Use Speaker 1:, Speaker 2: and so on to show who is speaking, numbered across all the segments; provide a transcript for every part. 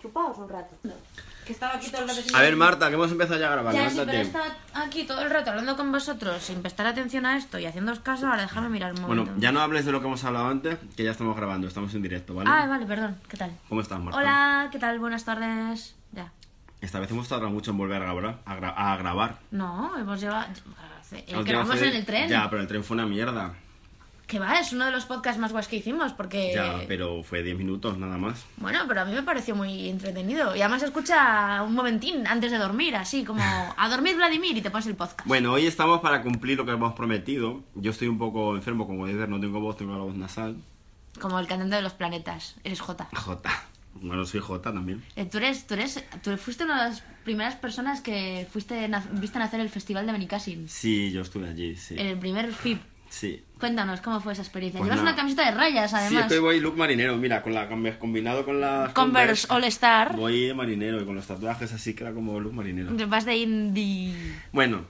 Speaker 1: Chupaos un rato.
Speaker 2: Que estaba aquí todo el rato sin-
Speaker 3: A ver, Marta, que hemos empezado ya a grabar.
Speaker 2: Ya, sí, pero
Speaker 3: levántate.
Speaker 2: estaba aquí todo el rato hablando con vosotros sin prestar atención a esto y haciéndoos caso. Ahora déjame mirar un momento.
Speaker 3: Bueno, ya no hables de lo que hemos hablado antes, que ya estamos grabando, estamos en directo, ¿vale?
Speaker 2: Ah, vale, perdón. ¿Qué tal?
Speaker 3: ¿Cómo estás, Marta?
Speaker 2: Hola, ¿qué tal? Buenas tardes. Ya.
Speaker 3: Esta vez hemos tardado mucho en volver a grabar. A, gra- a grabar.
Speaker 2: No, hemos llevado... El
Speaker 3: Nos
Speaker 2: Eh, que
Speaker 3: llevamos
Speaker 2: vamos
Speaker 3: a
Speaker 2: en
Speaker 3: hacer-
Speaker 2: el tren.
Speaker 3: Ya, pero el tren fue una mierda.
Speaker 2: Que va, es uno de los podcasts más guays que hicimos porque...
Speaker 3: Ya, pero fue 10 minutos nada más.
Speaker 2: Bueno, pero a mí me pareció muy entretenido. Y además escucha un momentín antes de dormir, así como a dormir Vladimir y te pones el podcast.
Speaker 3: Bueno, hoy estamos para cumplir lo que hemos prometido. Yo estoy un poco enfermo, como podéis ver, no tengo voz, tengo la voz nasal.
Speaker 2: Como el cantante de los planetas. Eres J.
Speaker 3: J. Bueno, soy J también.
Speaker 2: Eh, Tú eres, tú eres, tú fuiste una de las primeras personas que fuiste na- viste nacer el festival de Benicassim.
Speaker 3: Sí, yo estuve allí, sí.
Speaker 2: El primer FIP.
Speaker 3: Sí.
Speaker 2: Cuéntanos cómo fue esa experiencia.
Speaker 3: Pues
Speaker 2: Llevas
Speaker 3: nada.
Speaker 2: una camiseta de rayas,
Speaker 3: Sí,
Speaker 2: además.
Speaker 3: es que hoy voy look marinero, mira, con la con- combinado con las
Speaker 2: Converse All Star.
Speaker 3: Voy de marinero y con los tatuajes así queda como look marinero.
Speaker 2: Vas de indie.
Speaker 3: Bueno,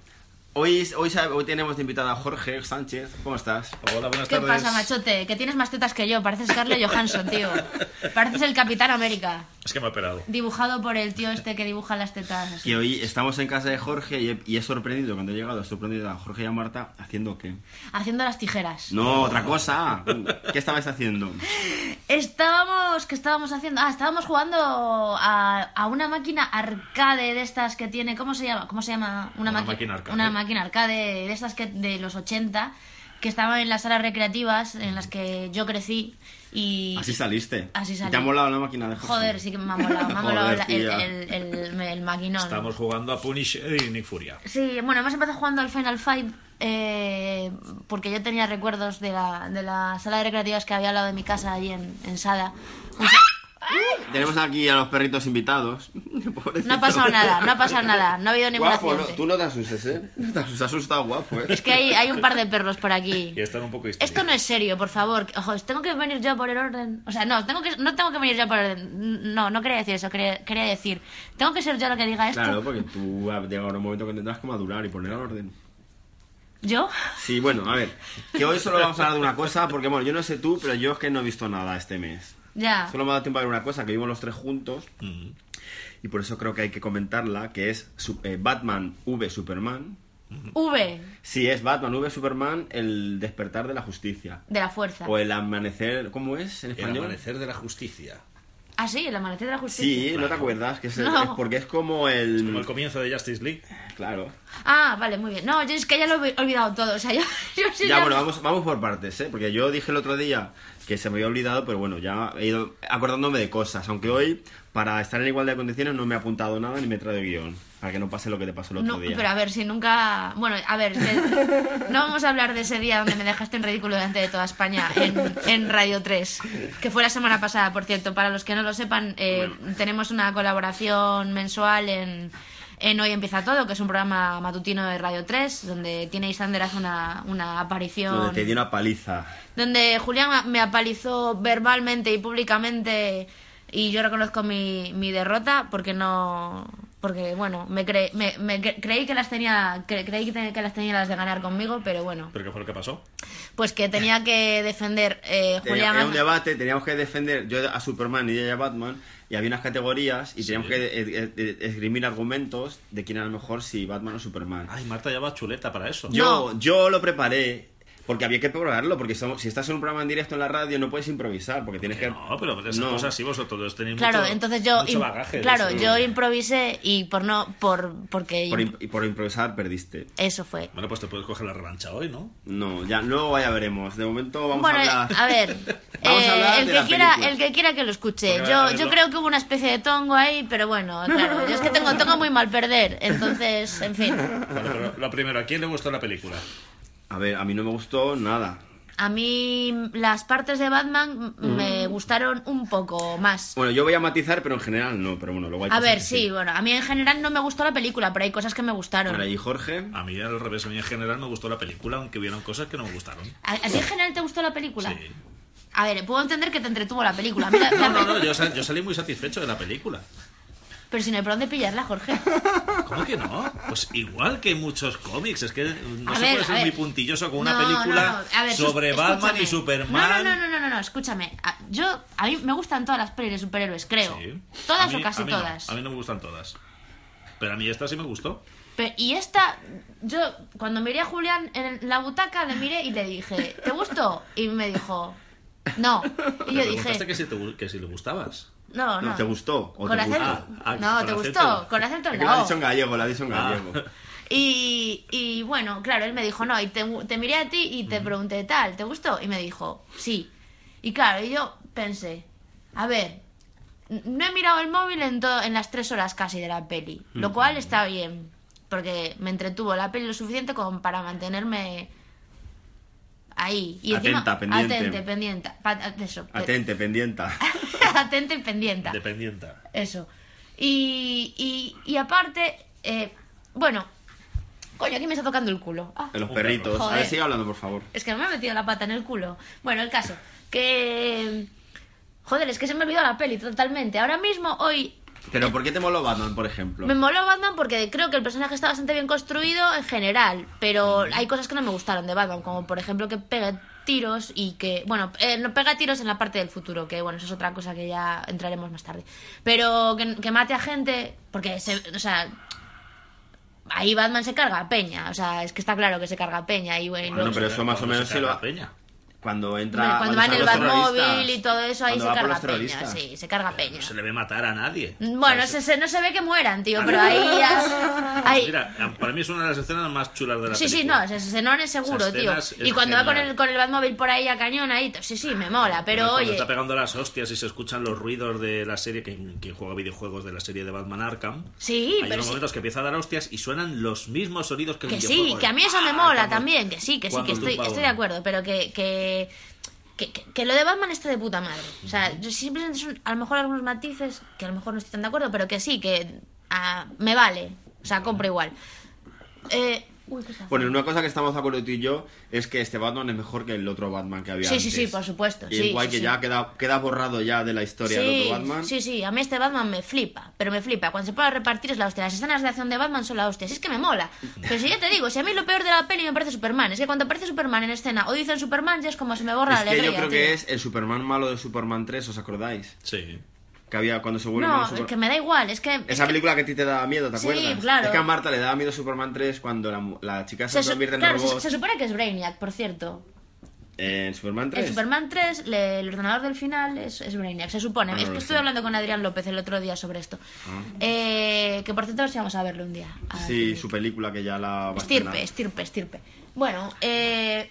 Speaker 3: hoy, es- hoy, sab- hoy tenemos de invitada a Jorge Sánchez. ¿Cómo estás?
Speaker 4: Hola, buenas
Speaker 2: ¿Qué
Speaker 4: tardes.
Speaker 2: pasa, machote? Que tienes más tetas que yo. Pareces Scarlett Johansson, tío. Pareces el Capitán América.
Speaker 4: Es que me ha operado.
Speaker 2: Dibujado por el tío este que dibuja las tetas. así.
Speaker 3: Que hoy estamos en casa de Jorge y he, y he sorprendido, cuando he llegado, he sorprendido a Jorge y a Marta haciendo qué.
Speaker 2: Haciendo las tijeras.
Speaker 3: No, otra cosa. ¿Qué estabais haciendo?
Speaker 2: Estábamos, ¿qué estábamos haciendo? Ah, estábamos jugando a, a una máquina arcade de estas que tiene, ¿cómo se llama? ¿Cómo se llama?
Speaker 4: Una
Speaker 2: maqui-
Speaker 4: máquina arcade.
Speaker 2: Una máquina arcade de estas que de los 80 que estaban en las salas recreativas en las que yo crecí y
Speaker 3: Así saliste.
Speaker 2: Así salí.
Speaker 3: ¿Te ha molado la máquina de Jorge?
Speaker 2: joder, sí que me ha molado, me ha
Speaker 3: Joder,
Speaker 2: molado la- el,
Speaker 3: tía.
Speaker 2: el, el- el maquinón.
Speaker 4: Estamos jugando a Punisher y Nick Furia.
Speaker 2: Sí, bueno, hemos empezado jugando al Final Fight eh, porque yo tenía recuerdos de la, de la sala de recreativas que había al lado de mi casa allí en, en Sada. Un sa-
Speaker 3: Tenemos aquí a los perritos invitados. Pobrecito.
Speaker 2: No ha pasado nada, no ha pasado nada, no ha habido ningún
Speaker 3: Guapo, no-
Speaker 2: accidente.
Speaker 3: tú no te asustes, ¿eh? Te has asustado, guapo, ¿eh?
Speaker 2: Es que hay, hay un par de perros por aquí.
Speaker 4: Y están un poco histéricos.
Speaker 2: Esto no es serio, por favor. Ojo, os tengo que venir yo por el orden. O sea, no, tengo que, no tengo que venir yo por el orden. No, no quería decir eso, quería, quería decir. Tengo que ser yo la que diga esto.
Speaker 3: Claro, porque tú ha llegado un momento que tendrás que madurar y poner al orden.
Speaker 2: ¿Yo?
Speaker 3: Sí, bueno, a ver. Que hoy solo vamos a hablar de una cosa, porque bueno, yo no sé tú, pero yo es que no he visto nada este mes.
Speaker 2: Ya.
Speaker 3: Solo me ha dado tiempo a ver una cosa, que vimos los tres juntos, y por eso creo que hay que comentarla, que es su- eh, Batman V Superman.
Speaker 2: V,
Speaker 3: Sí, es Batman V Superman, el despertar de la justicia.
Speaker 2: de la fuerza.
Speaker 3: O el amanecer, ¿cómo es en
Speaker 4: El
Speaker 3: español?
Speaker 4: amanecer de la justicia.
Speaker 2: Ah, sí, el amanecer de la justicia.
Speaker 3: Sí, no te
Speaker 4: Claro.
Speaker 3: acuerdas, que es, el-
Speaker 2: No.
Speaker 3: es porque es como el...
Speaker 4: Como el comienzo de Justice League.
Speaker 3: Claro.
Speaker 2: Ah, vale, muy bien. No, yo es que ya lo he olvidado todo. O sea, yo, yo sí
Speaker 3: Ya, bueno, vamos, vamos por partes, ¿eh? Porque yo dije el otro día que se me había olvidado, pero bueno, ya he ido acordándome de cosas. Aunque hoy, para estar en igualdad de condiciones, no me he apuntado nada ni me he traído guión. Para que no pase lo que te pasó el otro
Speaker 2: No,
Speaker 3: día.
Speaker 2: pero a ver, si nunca... Bueno, a ver, que- no vamos a hablar de ese día donde me dejaste en ridículo delante de toda España en, en Radio 3, que fue la semana pasada, por cierto. Para los que no lo sepan, eh, tenemos una colaboración mensual en, en Hoy Empieza Todo, que es un programa matutino de Radio 3, donde tiene Isander hace una, una aparición...
Speaker 3: Donde te di una paliza.
Speaker 2: donde Julián me apalizó verbalmente y públicamente y yo reconozco mi, mi derrota porque no porque bueno me, cre- me, me cre- creí que las tenía cre- creí que, te- que las tenía las de ganar conmigo pero bueno
Speaker 4: ¿Pero qué fue lo que pasó?
Speaker 2: pues que tenía que defender eh,
Speaker 3: Tenía-
Speaker 2: Julián
Speaker 3: Era un debate, teníamos que defender yo a Superman y ella a Batman, y había unas categorías y teníamos que eh, eh, esgrimir argumentos de quién era mejor, si Batman o Superman.
Speaker 4: Ay, Marta ya va chuleta para eso.
Speaker 3: Yo, yo lo preparé porque había que prepararlo, porque somos- si estás en un programa en directo en la radio no puedes improvisar, porque tienes que...
Speaker 4: No, pero pues esas
Speaker 3: No.
Speaker 4: cosas sí vosotros tenéis
Speaker 2: claro
Speaker 4: mucho,
Speaker 2: entonces yo
Speaker 4: mucho
Speaker 2: im-
Speaker 4: bagaje. de
Speaker 2: claro
Speaker 4: eso.
Speaker 2: yo improvisé y por no por porque
Speaker 3: Por, im- y por improvisar perdiste.
Speaker 2: eso fue
Speaker 4: Bueno, pues te puedes coger la revancha hoy, ¿no?
Speaker 3: No, ya luego ya veremos. De momento vamos
Speaker 2: bueno,
Speaker 3: a hablar.
Speaker 2: a ver,
Speaker 3: Vamos a
Speaker 2: eh,
Speaker 3: hablar
Speaker 2: el,
Speaker 3: de
Speaker 2: que
Speaker 3: las
Speaker 2: quiera,
Speaker 3: películas.
Speaker 2: el que quiera que lo escuche.
Speaker 4: Porque, a
Speaker 2: Yo,
Speaker 4: ver,
Speaker 2: yo
Speaker 4: lo-
Speaker 2: creo que hubo una especie de tongo ahí, pero bueno, claro, yo es que tengo, tengo muy mal perder, entonces, en fin.
Speaker 4: Bueno, pero lo primero, ¿a quién le gustó la película?
Speaker 3: A ver, a mí no me gustó nada.
Speaker 2: A mí las partes de Batman me gustaron un poco más.
Speaker 3: Mm. Bueno, yo voy a matizar, pero en general no, pero bueno, luego hay
Speaker 2: A
Speaker 3: cosas
Speaker 2: ver,
Speaker 3: que
Speaker 2: sí, bueno, a mí en general no me gustó la película, pero hay cosas que me gustaron.
Speaker 3: Bueno, y Jorge,
Speaker 4: A mí al revés, a mí en general me gustó la película, aunque hubieron cosas que no me gustaron.
Speaker 2: ¿A, a ti en general te gustó la película?
Speaker 4: Sí.
Speaker 2: A ver, puedo entender que te entretuvo la película. A mí la- la
Speaker 4: No, no,
Speaker 2: pe-
Speaker 4: no, yo, sal- yo salí muy satisfecho de la película.
Speaker 2: Pero si no hay por dónde pillarla, Jorge.
Speaker 4: ¿Cómo que no? Pues igual que muchos cómics, es que no
Speaker 2: A
Speaker 4: se
Speaker 2: ver,
Speaker 4: puede
Speaker 2: a
Speaker 4: ser
Speaker 2: ver.
Speaker 4: muy puntilloso con una
Speaker 2: No, no,
Speaker 4: película
Speaker 2: no. A ver, sus-
Speaker 4: sobre Batman y
Speaker 2: escúchame.
Speaker 4: Superman.
Speaker 2: No, no, no, no, no, no, escúchame. A- Yo, a mí me gustan todas las pelis de superhéroes, creo.
Speaker 4: Sí.
Speaker 2: Todas
Speaker 4: A mí-
Speaker 2: o casi
Speaker 4: a mí no,
Speaker 2: todas.
Speaker 4: a mí no me gustan todas. Pero a mí esta sí me gustó.
Speaker 2: Pe- y esta, yo cuando miré a Julián en la butaca, le miré y le dije, ¿te gustó? Y me dijo, no. Y
Speaker 4: Le
Speaker 2: yo
Speaker 4: preguntaste
Speaker 2: dije,
Speaker 4: que si, te gu- que si le gustabas.
Speaker 2: no,
Speaker 3: no,
Speaker 2: no.
Speaker 3: ¿te gustó? ¿O
Speaker 2: Con
Speaker 3: te
Speaker 2: acento.
Speaker 3: gusta?
Speaker 2: no,
Speaker 4: Ah, con
Speaker 2: te
Speaker 4: acento.
Speaker 2: gustó. Con acento
Speaker 3: Es
Speaker 2: en
Speaker 3: que lo
Speaker 2: la
Speaker 3: ha
Speaker 2: O.
Speaker 3: dicho en gallego, lo ha dicho en
Speaker 4: Ah.
Speaker 3: gallego.
Speaker 2: Y, y bueno, claro, él me dijo, no, y te, te miré a ti y te pregunté tal, ¿te gustó? Y me dijo, sí. Y claro, y yo pensé, a ver, n- no he mirado el móvil en, todo, en las tres horas casi de la peli, lo cual está bien, porque me entretuvo la peli lo suficiente como para mantenerme ahí. Y encima,
Speaker 3: Atenta, pendiente.
Speaker 2: Atente, pendiente. pa- eso, pe-
Speaker 3: Atente, pendienta.
Speaker 2: atenta y pendiente.
Speaker 4: Dependienta.
Speaker 2: Eso. Y, y, y aparte, eh, bueno, coño, aquí me está tocando el culo. Ah,
Speaker 3: Los
Speaker 4: Un
Speaker 3: perritos.
Speaker 2: perro.
Speaker 3: A ver,
Speaker 2: Joder.
Speaker 3: sigue hablando, por favor.
Speaker 2: es que me ha metido la pata en el culo. Bueno, el caso, que... Joder, es que se me olvidó la peli totalmente. Ahora mismo, hoy,
Speaker 3: Pero ¿por qué te moló Batman, por ejemplo?
Speaker 2: me moló Batman porque creo que el personaje está bastante bien construido en general, pero hay cosas que no me gustaron de Batman, como por ejemplo que pega tiros y que, bueno, eh, no pega tiros en la parte del futuro, que bueno, eso es otra cosa que ya entraremos más tarde, pero que, que mate a gente, porque, se, o sea, ahí Batman se carga a Peña, o sea, es que está claro que se carga a Peña y bueno,
Speaker 3: Bueno, pero eso más o
Speaker 4: Cuando
Speaker 3: menos
Speaker 4: se
Speaker 3: se lo
Speaker 4: carga
Speaker 3: ha-
Speaker 4: Peña.
Speaker 3: Cuando
Speaker 2: hombre,
Speaker 3: entra.
Speaker 2: cuando va en el
Speaker 3: salen los
Speaker 2: Batmóvil
Speaker 3: terroristas.
Speaker 2: y todo eso, ahí
Speaker 3: Cuando
Speaker 2: se
Speaker 3: va por
Speaker 2: carga
Speaker 3: los
Speaker 2: a Peña,
Speaker 3: terroristas.
Speaker 2: sí, se carga a Peña.
Speaker 4: No se le ve matar a nadie.
Speaker 2: Bueno,
Speaker 4: O sea,
Speaker 2: se, se- no se ve que mueran, tío, pero ahí ya...
Speaker 4: es-
Speaker 2: ahí-
Speaker 4: Mira, para mí es una de las escenas más chulas de la
Speaker 2: Sí, sí,
Speaker 4: película.
Speaker 2: no, ese Zenón es seguro,
Speaker 4: Esas escenas
Speaker 2: tío.
Speaker 4: es
Speaker 2: Y cuando va con
Speaker 4: genial.
Speaker 2: el, con el Batmóvil por ahí a cañón, ahí, t- sí, sí, me mola, pero
Speaker 4: Cuando
Speaker 2: oye,
Speaker 4: está pegando las hostias y se escuchan los ruidos de la serie, que quien juega videojuegos de la serie de Batman Arkham.
Speaker 2: Sí,
Speaker 4: hay
Speaker 2: pero
Speaker 4: unos
Speaker 2: sí.
Speaker 4: momentos que empieza a dar hostias y suenan los mismos sonidos que el
Speaker 2: que
Speaker 4: videojuego.
Speaker 2: sí,
Speaker 4: de-
Speaker 2: que a mí eso me
Speaker 4: ¡Ah!
Speaker 2: mola
Speaker 4: Cuando-
Speaker 2: también, que sí, que sí,
Speaker 4: cuando
Speaker 2: que estoy,
Speaker 4: tumba
Speaker 2: estoy de
Speaker 4: uno.
Speaker 2: acuerdo, pero que, que, que, que- que lo de Batman está de puta madre. O sea, yo simplemente son a lo mejor algunos matices que a lo mejor no estoy tan de acuerdo, pero que sí, que ah, me vale, o sea, compro igual. Eh, uy, ¿qué está
Speaker 3: Bueno, una cosa que estamos de acuerdo tú y yo es que este Batman es mejor que el otro Batman que había
Speaker 2: Sí,
Speaker 3: antes.
Speaker 2: sí, sí, por supuesto,
Speaker 3: Y
Speaker 2: sí,
Speaker 3: igual
Speaker 2: sí,
Speaker 3: que
Speaker 2: sí.
Speaker 3: ya queda, queda borrado ya de la historia del otro Batman.
Speaker 2: Sí, sí, a mí este Batman me flipa, pero me flipa. Cuando se puede repartir es la hostia. Las escenas de acción de Batman son la hostia. Si es que me mola. Pero si ya te digo, si a mí lo peor de la peli me parece Superman, es que cuando aparece Superman en escena o dicen Superman, ya es como se me borra
Speaker 3: Es
Speaker 2: la
Speaker 3: que
Speaker 2: alegría.
Speaker 3: yo creo que
Speaker 2: tío.
Speaker 3: es el Superman malo de Superman 3, ¿os acordáis?
Speaker 4: Sí.
Speaker 3: Que había cuando se vuelve malo
Speaker 2: No,
Speaker 3: Super-
Speaker 2: que me da igual, es que. es
Speaker 3: Esa
Speaker 2: que-
Speaker 3: película que a ti te daba miedo, ¿te
Speaker 2: Sí,
Speaker 3: acuerdas?
Speaker 2: claro.
Speaker 3: Es que a Marta le daba miedo Superman 3 cuando la, mu- la chica se,
Speaker 2: se, su-
Speaker 3: convierte en
Speaker 2: claro, se,
Speaker 3: robot.
Speaker 2: se supone que es Brainiac, por cierto.
Speaker 3: En Superman 3.
Speaker 2: En Superman 3, le- el ordenador del final es, es Brainiac, se supone.
Speaker 3: Ah,
Speaker 2: es que
Speaker 3: sí.
Speaker 2: estuve hablando con Adrián López el otro día sobre esto. Eh, que por cierto, a ver si vamos a verlo un día. A ver
Speaker 3: Sí,
Speaker 2: qué-
Speaker 3: su película que ya la. va a
Speaker 2: Ah, Estirpe,
Speaker 3: estrenar.
Speaker 2: estirpe, estirpe. Bueno, eh,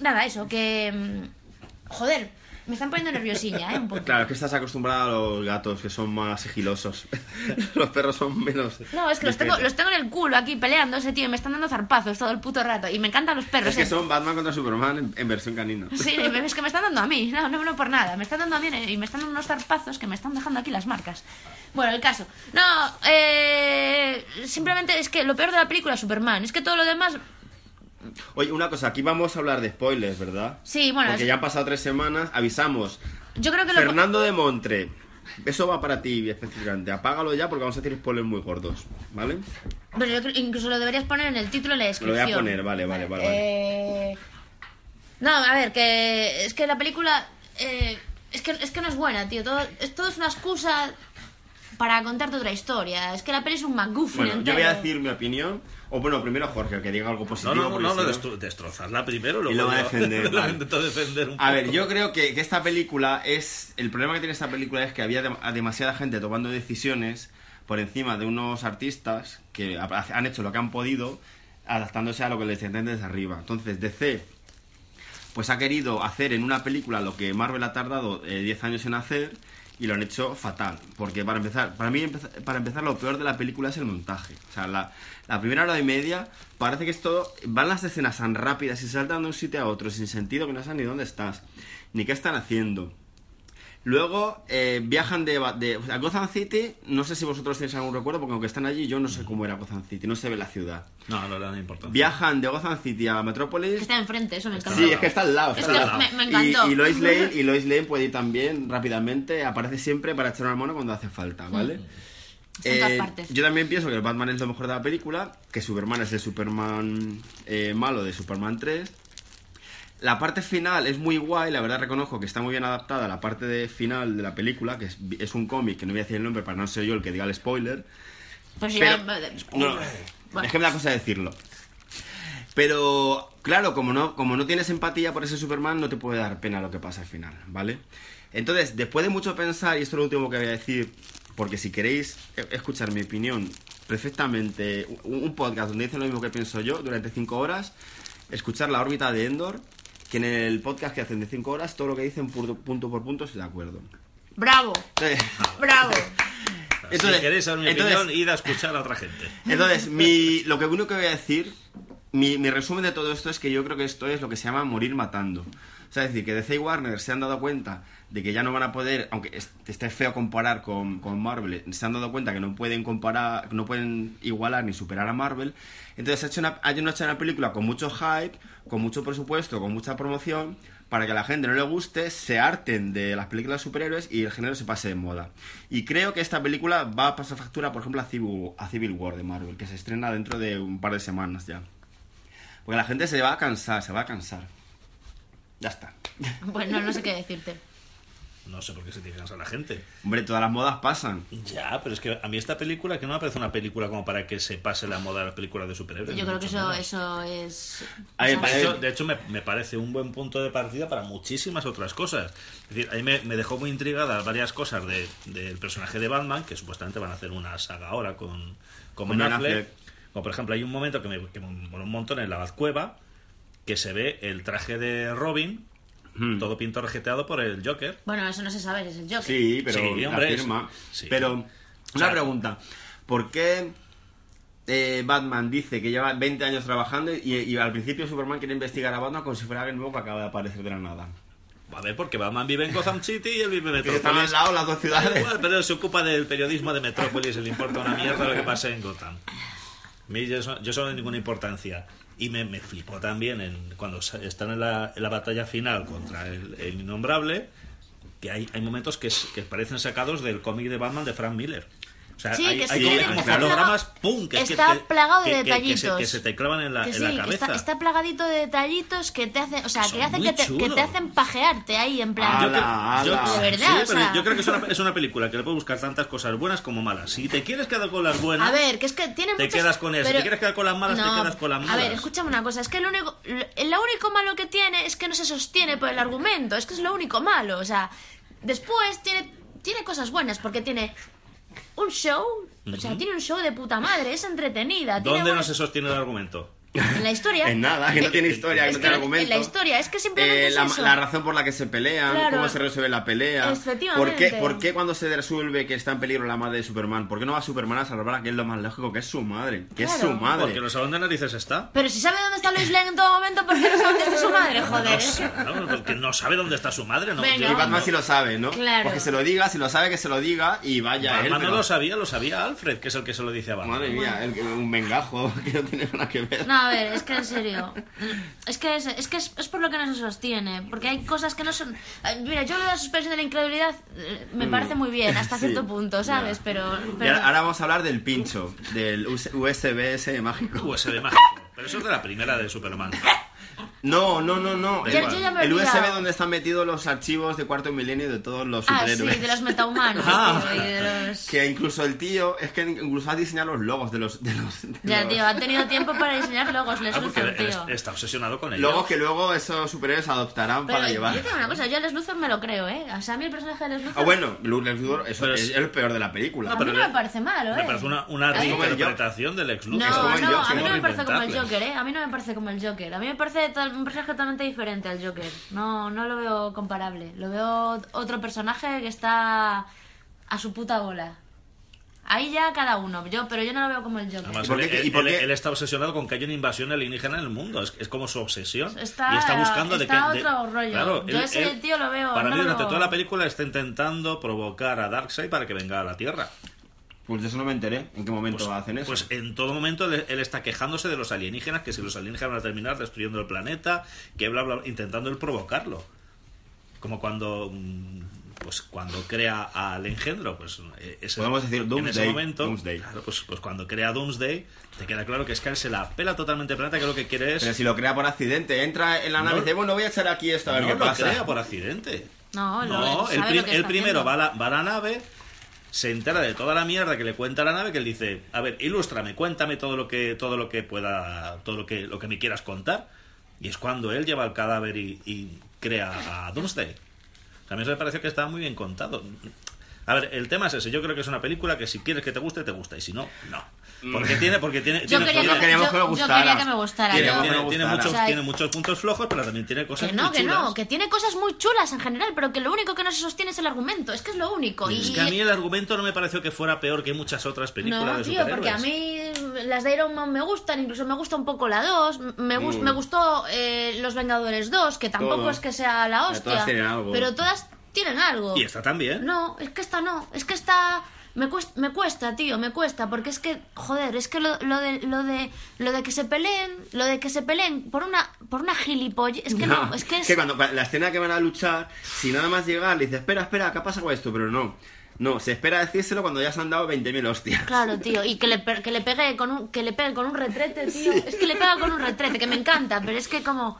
Speaker 2: nada, eso, que... mm, Joder, me están poniendo nerviosilla, ¿eh? Un poco.
Speaker 3: Claro, es que estás acostumbrada a los gatos que son más sigilosos. los perros son menos.
Speaker 2: No, es que los tengo, los tengo en el culo aquí peleándose, tío, y me están dando zarpazos todo el puto rato. Y me encantan los perros.
Speaker 3: Es que
Speaker 2: ¿eh?
Speaker 3: son Batman contra Superman en, en versión canina.
Speaker 2: Sí, me- es que me están dando a mí, no, no, no por nada, me están dando a mí y me están dando unos zarpazos que me están dejando aquí las marcas. Bueno, el caso. No, eh, simplemente es que lo peor de la película es Superman, es que todo lo demás...
Speaker 3: Oye, una cosa, aquí vamos a hablar de spoilers, ¿verdad?
Speaker 2: Sí, bueno,
Speaker 3: Porque
Speaker 2: es-
Speaker 3: ya han pasado tres semanas, avisamos.
Speaker 2: yo creo que lo...
Speaker 3: Fernando de Montre, eso va para ti específicamente. Apágalo ya porque vamos a hacer spoilers muy gordos, ¿vale?
Speaker 2: Pero yo creo- incluso lo deberías poner en el título y en la
Speaker 3: Lo voy
Speaker 2: descripción.
Speaker 3: a poner, vale, vale, vale. vale.
Speaker 2: Eh, No, a ver, que es que la película eh, es, que, es que no es buena, tío. Todo es, todo es una excusa para contarte otra historia. Es que la peli es un McGuffin
Speaker 3: Bueno, yo
Speaker 2: entero.
Speaker 3: voy a decir mi opinión. O bueno, primero Jorge, que diga algo
Speaker 4: No,
Speaker 3: positivo.
Speaker 4: no, no,
Speaker 3: porque
Speaker 4: no,
Speaker 3: si
Speaker 4: lo destro- destrozasla primero, luego
Speaker 3: lo va a
Speaker 4: yo-
Speaker 3: defender,
Speaker 4: lo
Speaker 3: vale.
Speaker 4: intento defender un
Speaker 3: A ver,
Speaker 4: poco.
Speaker 3: yo creo que, que esta película es. El problema que tiene esta película es que había dem- a demasiada gente tomando decisiones por encima de unos artistas que ha- han hecho lo que han podido, adaptándose a lo que les entienden desde arriba. Entonces, DC, pues ha querido hacer en una película lo que Marvel ha tardado eh, 10 años en hacer. y lo han hecho fatal. Porque para empezar, para mí, empeza- para empezar, lo peor de la película es el montaje. O sea, la, la primera hora y media parece que es todo. Van las escenas tan rápidas y saltan de un sitio a otro sin sentido que no sabes ni dónde estás, ni qué están haciendo. Luego eh, viajan de, Ba- de- a Gotham City. No sé si vosotros tenéis algún recuerdo, porque aunque están allí, yo no sé cómo era Gotham City, no se ve la ciudad.
Speaker 4: No, no le dan importancia.
Speaker 3: Viajan de Gotham City a la
Speaker 2: Que
Speaker 3: metrópolis.
Speaker 2: está enfrente, eso me encanta.
Speaker 3: Sí, es que está al lado.
Speaker 2: Es
Speaker 3: Está al
Speaker 2: que
Speaker 3: lado.
Speaker 2: me- me encantó.
Speaker 3: Y, y Lois Lane, y Lois Lane puede ir también rápidamente. Aparece siempre para echar una mano cuando hace falta, ¿vale? Eh,
Speaker 2: Está en todas partes.
Speaker 3: yo también pienso que Batman es lo mejor de la película, que Superman es el Superman eh, malo de Superman 3. La parte final es muy guay, la verdad reconozco que está muy bien adaptada a la parte de final de la película, que es, es un cómic, que no voy a decir el nombre para no ser yo el que diga el spoiler.
Speaker 2: Pues ya...
Speaker 3: Pero- No,
Speaker 2: Bueno.
Speaker 3: es que me da cosa decirlo. Pero, claro, como no, como no tienes empatía por ese Superman, no te puede dar pena lo que pasa al final, ¿vale? Entonces, después de mucho pensar, y esto es lo último que voy a decir, porque si queréis e- escuchar mi opinión perfectamente, un, un podcast donde dice lo mismo que pienso yo durante 5 horas, escuchar la órbita de Endor, que en el podcast que hacen de 5 horas, todo lo que dicen punto, punto por punto estoy de acuerdo. Eh,
Speaker 2: Bravo,
Speaker 3: Entonces,
Speaker 2: bravo.
Speaker 3: entonces-
Speaker 4: si queréis saber mi
Speaker 3: entonces-
Speaker 4: opinión, id a escuchar a otra gente.
Speaker 3: Entonces, mi, lo que uno que voy a decir, mi, mi resumen de todo esto es que yo creo que esto es lo que se llama morir matando. O sea, es decir, que DC y Warner se han dado cuenta de que ya no van a poder, aunque es- esté feo comparar con, con Marvel, se han dado cuenta que no pueden comparar, no pueden igualar ni superar a Marvel. Entonces, ha hecho una, han hecho una película con mucho hype, con mucho presupuesto, con mucha promoción, para que a la gente no le guste, se harten de las películas de superhéroes y el género se pase de moda. Y creo que esta película va a pasar factura, por ejemplo, a Civil, a Civil War de Marvel, que se estrena dentro de un par de semanas ya. Porque la gente se va a cansar, se va a cansar. Ya está.
Speaker 2: Pues no, no sé qué decirte.
Speaker 4: No sé por qué se tiene que cansar la gente.
Speaker 3: Hombre, todas las modas pasan.
Speaker 4: Ya, pero es que a mí esta película que no me parece una película como para que se pase la moda de las películas de superhéroes.
Speaker 2: Yo
Speaker 4: ni
Speaker 2: creo que
Speaker 4: mucho
Speaker 2: eso, eso
Speaker 4: menos.
Speaker 2: es...
Speaker 3: A ver,
Speaker 2: o sea,
Speaker 4: De
Speaker 3: parece-
Speaker 4: hecho, Ah, de hecho, me, me parece un buen punto de partida para muchísimas otras cosas. Es decir, a mí me, me dejó muy intrigada varias cosas de- del personaje de Batman, que supuestamente van a hacer una saga ahora con, con Ben
Speaker 3: Ben
Speaker 4: Affleck.
Speaker 3: Affleck.
Speaker 4: Como por ejemplo, hay un momento que me, que me moló un montón en la Batcueva, que se ve el traje de Robin, todo pintorrejeteado por el Joker.
Speaker 2: Bueno, eso no se sabe, es el Joker.
Speaker 3: Sí, pero
Speaker 4: Sí,
Speaker 3: la
Speaker 4: hombre,
Speaker 3: firma.
Speaker 4: sí.
Speaker 3: Pero una
Speaker 4: O sea,
Speaker 3: pregunta. ¿Por qué eh, Batman dice que lleva 20 años trabajando y, y al principio Superman quiere investigar a Batman como si fuera alguien nuevo que acaba de aparecer de la nada?
Speaker 4: A ver, porque Batman vive en Gotham City y él vive en
Speaker 3: Que están al
Speaker 4: Metrópolis.
Speaker 3: lado las dos
Speaker 4: Da
Speaker 3: ciudades.
Speaker 4: igual, pero él se ocupa del periodismo de Metrópolis, le importa una mierda lo que pasa en Gotham. A mí yo eso, yo eso no tiene ninguna importancia. Y me, me flipó también en, cuando sa- están en la, en la batalla final contra el, el innombrable, que hay, hay momentos que, es- que parecen sacados del cómic de Batman de Frank Miller. O sea,
Speaker 2: Sí,
Speaker 4: hay,
Speaker 2: que
Speaker 4: hay
Speaker 3: sí,
Speaker 4: como-
Speaker 3: está
Speaker 4: como
Speaker 3: plagado-
Speaker 4: fotogramas, ¡pum! Que es que
Speaker 2: está
Speaker 4: te-
Speaker 2: plagado de
Speaker 4: que- que- que se-
Speaker 2: detallitos.
Speaker 4: Que se, te clavan en la,
Speaker 2: Que
Speaker 4: en
Speaker 2: sí,
Speaker 4: la
Speaker 2: que
Speaker 4: cabeza.
Speaker 2: está, está plagadito de detallitos que te hace, o sea,
Speaker 4: Son
Speaker 2: que hacen
Speaker 4: muy
Speaker 2: que te, que
Speaker 4: chulos.
Speaker 2: te hacen pajearte ahí en plan.
Speaker 4: Yo
Speaker 3: Ala,
Speaker 4: creo- yo-
Speaker 3: ala.
Speaker 2: De verdad,
Speaker 4: sí,
Speaker 2: o
Speaker 4: pero
Speaker 2: sea.
Speaker 4: yo creo que es una, es una película que le puedes buscar tantas cosas buenas como malas. Si te quieres quedar con las buenas,
Speaker 2: A ver, que es que tiene
Speaker 4: Te
Speaker 2: muchas...
Speaker 4: quedas con eso. Si quieres quedar con las malas, te quedas con las
Speaker 2: A
Speaker 4: malas.
Speaker 2: ver, escúchame una cosa. Es que lo único, lo, lo único malo que tiene es que no se sostiene por el argumento. Es que es lo único malo. O sea, después tiene, tiene cosas buenas porque tiene un show. O sea, tiene un show de puta madre. Es entretenida. tiene
Speaker 4: ¿dónde no
Speaker 2: buenas-
Speaker 4: se sostiene el argumento?
Speaker 2: En la historia. eh,
Speaker 3: En nada, que no tiene historia, que
Speaker 2: Es
Speaker 3: no
Speaker 2: que
Speaker 3: tiene
Speaker 2: en-
Speaker 3: argumento. Eh,
Speaker 2: en la historia, es que simplemente es
Speaker 3: la,
Speaker 2: eso.
Speaker 3: la razón por la que se pelean,
Speaker 2: Claro.
Speaker 3: cómo se resuelve la pelea. ¿Por
Speaker 2: Efectivamente.
Speaker 3: qué, ¿Por qué cuando se resuelve que está en peligro la madre de Superman? ¿Por qué no va Superman a salvar a que es lo más lógico, que es su madre? Que es
Speaker 2: Claro.
Speaker 3: su madre.
Speaker 4: Porque los saben de narices está.
Speaker 2: Pero si sabe dónde está Lois Lane en todo momento, ¿por qué no sabe dónde está su madre? Joder.
Speaker 4: No sabe, ¿no? Porque no sabe dónde está su madre, ¿no?
Speaker 2: Venga.
Speaker 4: Yo-
Speaker 3: Y Batman sí lo sabe, ¿no?
Speaker 2: Claro.
Speaker 3: Porque se lo diga, si lo sabe, que se lo diga y vaya él.
Speaker 4: Batman no
Speaker 3: pero-
Speaker 4: lo sabía, lo sabía Alfred, que es el que se lo dice a Batman.
Speaker 3: Madre mía, el- un vengajo que no tiene nada que ver.
Speaker 2: No, a ver, es que en serio. Es que es, es que es, es por lo que no se sostiene. Porque hay cosas que no son. eh, Mira, yo lo de la suspensión de la incredulidad eh, me parece muy bien, hasta
Speaker 3: Sí.
Speaker 2: cierto punto, ¿sabes? Pero.
Speaker 3: Y
Speaker 2: pero
Speaker 3: ahora, ahora vamos a hablar del pincho, del USB ese mágico.
Speaker 4: USB mágico. Pero eso es Uh, de la primera de Superman. Ah,
Speaker 3: No, no, no, no.
Speaker 4: Ya- yo
Speaker 2: ya me he
Speaker 3: el USB
Speaker 2: olvidado.
Speaker 3: donde están metidos los archivos de cuarto milenio de todos los
Speaker 2: Ah, sí,
Speaker 3: superhéroes.
Speaker 2: de los metahumanos.
Speaker 4: Ah.
Speaker 2: tío, y de los- Dios.
Speaker 3: Que incluso el tío, es que incluso ha diseñado los logos de los. De los de
Speaker 2: Ya,
Speaker 3: los-
Speaker 2: tío, han tenido tiempo para diseñar logos, les
Speaker 4: Ah, porque
Speaker 2: Luthor,
Speaker 4: él-
Speaker 2: tío.
Speaker 4: él está obsesionado con ello.
Speaker 3: Logos que luego esos superhéroes adoptarán
Speaker 2: Pero
Speaker 3: para llevar.
Speaker 2: yo tengo una cosa, yo a Les Luthor me lo creo, ¿eh? O sea, a mí el personaje de Les Luthor...
Speaker 3: Ah, bueno, Lex Luthor es,
Speaker 4: Pero es-
Speaker 3: es el peor de la película.
Speaker 2: a mí
Speaker 4: Ah, pero
Speaker 2: no
Speaker 4: le-
Speaker 2: me parece malo, ¿eh?
Speaker 4: Me parece una, una
Speaker 3: Ahí.
Speaker 4: reinterpretación del ex Luthor.
Speaker 3: Es como
Speaker 2: No,
Speaker 3: el
Speaker 2: no, a
Speaker 3: Joker,
Speaker 2: mí no
Speaker 3: ¿no?
Speaker 2: me parece como el
Speaker 4: Inventarle.
Speaker 2: Joker, ¿eh? A mí no me parece como el Joker. A mí me parece to- un personaje totalmente diferente al Joker. No, no lo veo comparable. Lo veo otro personaje que está a su puta bola. Ahí ya cada uno, yo, pero yo no lo veo como el Joker.
Speaker 4: Además,
Speaker 3: ¿Y por
Speaker 4: él,
Speaker 3: qué-
Speaker 4: él-
Speaker 3: y por qué-
Speaker 4: él- él está obsesionado con que haya una invasión alienígena en el mundo. Es, es como su obsesión.
Speaker 2: Está-
Speaker 4: y está buscando de
Speaker 2: está
Speaker 4: que. de-
Speaker 2: otro rollo.
Speaker 4: Claro,
Speaker 2: Yo
Speaker 4: él-
Speaker 2: ese
Speaker 4: él-
Speaker 2: tío lo veo-
Speaker 4: Para
Speaker 2: no
Speaker 4: mí,
Speaker 2: lo
Speaker 4: durante
Speaker 2: veo.
Speaker 4: toda la película está intentando provocar a Darkseid para que venga a la Tierra.
Speaker 3: Pues de eso no me enteré. ¿En qué momento hacen eso?
Speaker 4: Pues en todo momento él, él está quejándose de los alienígenas, que si los alienígenas van a terminar destruyendo el planeta, que bla, bla, bla, intentando él provocarlo. Como cuando mm, pues cuando crea al engendro, pues eh, ese-
Speaker 3: Podemos decir
Speaker 4: en ese
Speaker 3: Doomsday,
Speaker 4: momento,
Speaker 3: Doomsday.
Speaker 4: claro, pues, pues cuando crea Doomsday, te queda claro que es que a él se la pela totalmente el planeta, que lo que quiere es
Speaker 3: Pero si lo crea por accidente, entra en la nave
Speaker 4: No.
Speaker 3: y dice, bueno, voy a echar aquí esto a ver
Speaker 4: no
Speaker 3: qué
Speaker 4: lo
Speaker 3: pasa.
Speaker 4: crea por accidente.
Speaker 2: No, lo-
Speaker 4: No,
Speaker 2: sabe
Speaker 4: el,
Speaker 2: lo
Speaker 4: prim-
Speaker 2: que
Speaker 4: el
Speaker 2: está
Speaker 4: primero
Speaker 2: haciendo.
Speaker 4: va a, la, va a la nave, se entera de toda la mierda que le cuenta la nave, que él dice, a ver, ilústrame, cuéntame todo lo que, todo lo que pueda, todo lo que, lo que me quieras contar. Y es cuando él lleva el cadáver y, y crea a Doomsday. O sea, a mí eso me pareció que estaba muy bien contado. A ver, el tema es ese. Yo creo que es una película que si quieres que te guste, te gusta. Y si no, no.
Speaker 3: Mm.
Speaker 4: Porque tiene... Porque tiene,
Speaker 2: Yo
Speaker 4: tiene-
Speaker 2: quería
Speaker 4: tiene-
Speaker 3: No queríamos que me
Speaker 2: Yo- yo
Speaker 3: gustara.
Speaker 2: quería que me gustara,
Speaker 4: tiene-
Speaker 2: yo-
Speaker 3: Queríamos que me
Speaker 4: tiene- tiene
Speaker 3: gustara.
Speaker 4: muchos,
Speaker 2: O sea,
Speaker 4: tiene muchos puntos flojos, pero también tiene cosas
Speaker 2: Que no,
Speaker 4: muy
Speaker 2: que no,
Speaker 4: chulas.
Speaker 2: que tiene cosas muy chulas en general, pero que lo único que no se sostiene es el argumento. Es que es lo único.
Speaker 4: Pues Es
Speaker 2: y...
Speaker 4: que a mí el argumento no me pareció que fuera peor que muchas otras películas
Speaker 2: No,
Speaker 4: de
Speaker 2: tío,
Speaker 4: superhéroes.
Speaker 2: porque a mí las de Iron Man me gustan, incluso me gusta un poco la 2, me, gus- me gustó eh, Los Vengadores 2, que tampoco
Speaker 3: Todo.
Speaker 2: es que sea la
Speaker 3: Pero
Speaker 2: hostia,
Speaker 3: todas tienen algo.
Speaker 2: pero todas tienen algo.
Speaker 4: Y esta también.
Speaker 2: No, es que esta no, es que esta me cuesta, me cuesta, tío, me cuesta, porque es que, joder, es que lo, lo de, lo de lo de que se peleen, lo de que se peleen por una por una gilipollez, es que no, es que es...
Speaker 3: cuando cuando la escena que van a luchar, si nada más llegar, le dice, espera, espera, ¿qué pasa con esto? Pero no. No, se espera decírselo cuando ya se han dado 20.000 hostias.
Speaker 2: Claro, tío, y que le, pe- que le pegue con un que le pegue con un retrete, tío. Es que le pega con un retrete, que me encanta, pero es que como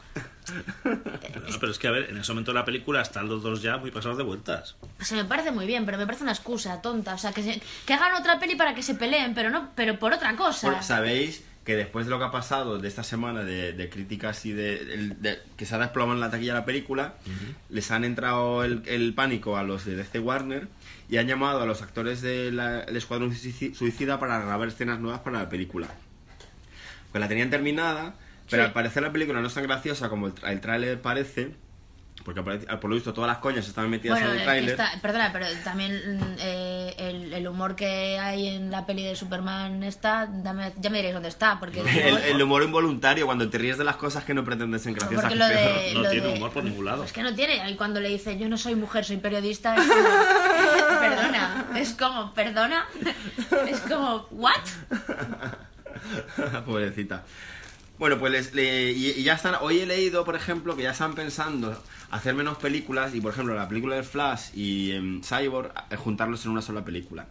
Speaker 4: Pero, no, pero es que, a ver, en ese momento de la película están los dos ya muy pasados de vueltas.
Speaker 2: Se me parece muy bien, pero me parece una excusa tonta. O sea, que, se- que hagan otra peli para que se peleen, pero no pero por otra cosa.
Speaker 3: Bueno, Sabéis que después de lo que ha pasado de esta semana de, de críticas y de, el- de- que se ha desplomado en la taquilla la película, les han entrado el, el pánico a los de DC Warner y han llamado a los actores del Escuadrón Suici- Suicida para grabar escenas nuevas para la película. Pues la tenían terminada, pero
Speaker 2: Sí.
Speaker 3: al parecer la película no es tan graciosa como el, tra- el tráiler parece, porque aparece- por lo visto todas las coñas estaban metidas
Speaker 2: Bueno,
Speaker 3: en el
Speaker 2: es que
Speaker 3: tráiler.
Speaker 2: está- perdona, pero también mm, eh, el, el humor que hay en la peli de Superman está, dame- ya me diréis dónde está, porque...
Speaker 3: El, el humor involuntario, cuando te ríes de las cosas que no pretenden ser graciosas.
Speaker 2: porque
Speaker 3: que
Speaker 2: lo
Speaker 3: es peor.
Speaker 2: de...
Speaker 4: No
Speaker 2: Eh, lo
Speaker 4: tiene
Speaker 2: de-
Speaker 4: humor por ningún lado.
Speaker 2: Es que no tiene, y cuando le dice yo no soy mujer, soy periodista, es como, perdona, es como, perdona, es como, ¿what?
Speaker 3: Pobrecita. Bueno, pues les- le- y, y ya están. Hoy he leído, por ejemplo, que ya están pensando hacer menos películas y, por ejemplo, la película de Flash y em, Cyborg eh, juntarlos en una sola película.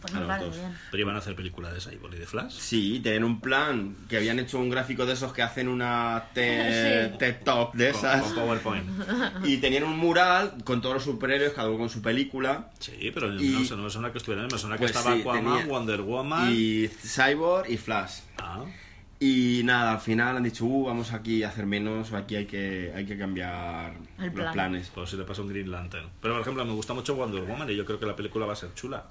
Speaker 2: Pues
Speaker 3: A
Speaker 2: me
Speaker 3: los
Speaker 2: parece
Speaker 3: dos.
Speaker 2: bien.
Speaker 4: Pero iban a hacer película de Cyborg y de Flash.
Speaker 3: Sí, tener un plan que habían hecho un gráfico de esos que hacen una te-
Speaker 2: Sí.
Speaker 3: TED Talk de
Speaker 4: Con-
Speaker 3: esas
Speaker 4: Con, PowerPoint.
Speaker 3: y tenían un mural con todos los superhéroes, cada uno con su película
Speaker 4: Sí, pero
Speaker 3: Y-
Speaker 4: no, sé, no me suena que estuvieran. Me suena que
Speaker 3: Pues
Speaker 4: estaba
Speaker 3: sí,
Speaker 4: Aquaman,
Speaker 3: tenía-
Speaker 4: Wonder Woman.
Speaker 3: y Cyborg y Flash.
Speaker 4: Ah,
Speaker 3: Y nada, al final han dicho, "Uh, vamos aquí a hacer menos, aquí hay que, hay que cambiar
Speaker 2: El
Speaker 3: los
Speaker 2: plan.
Speaker 3: planes.
Speaker 4: por pues si le pasa un Green Lantern. Pero, por ejemplo, me gusta mucho Wonder Woman y yo creo que la película va a ser chula.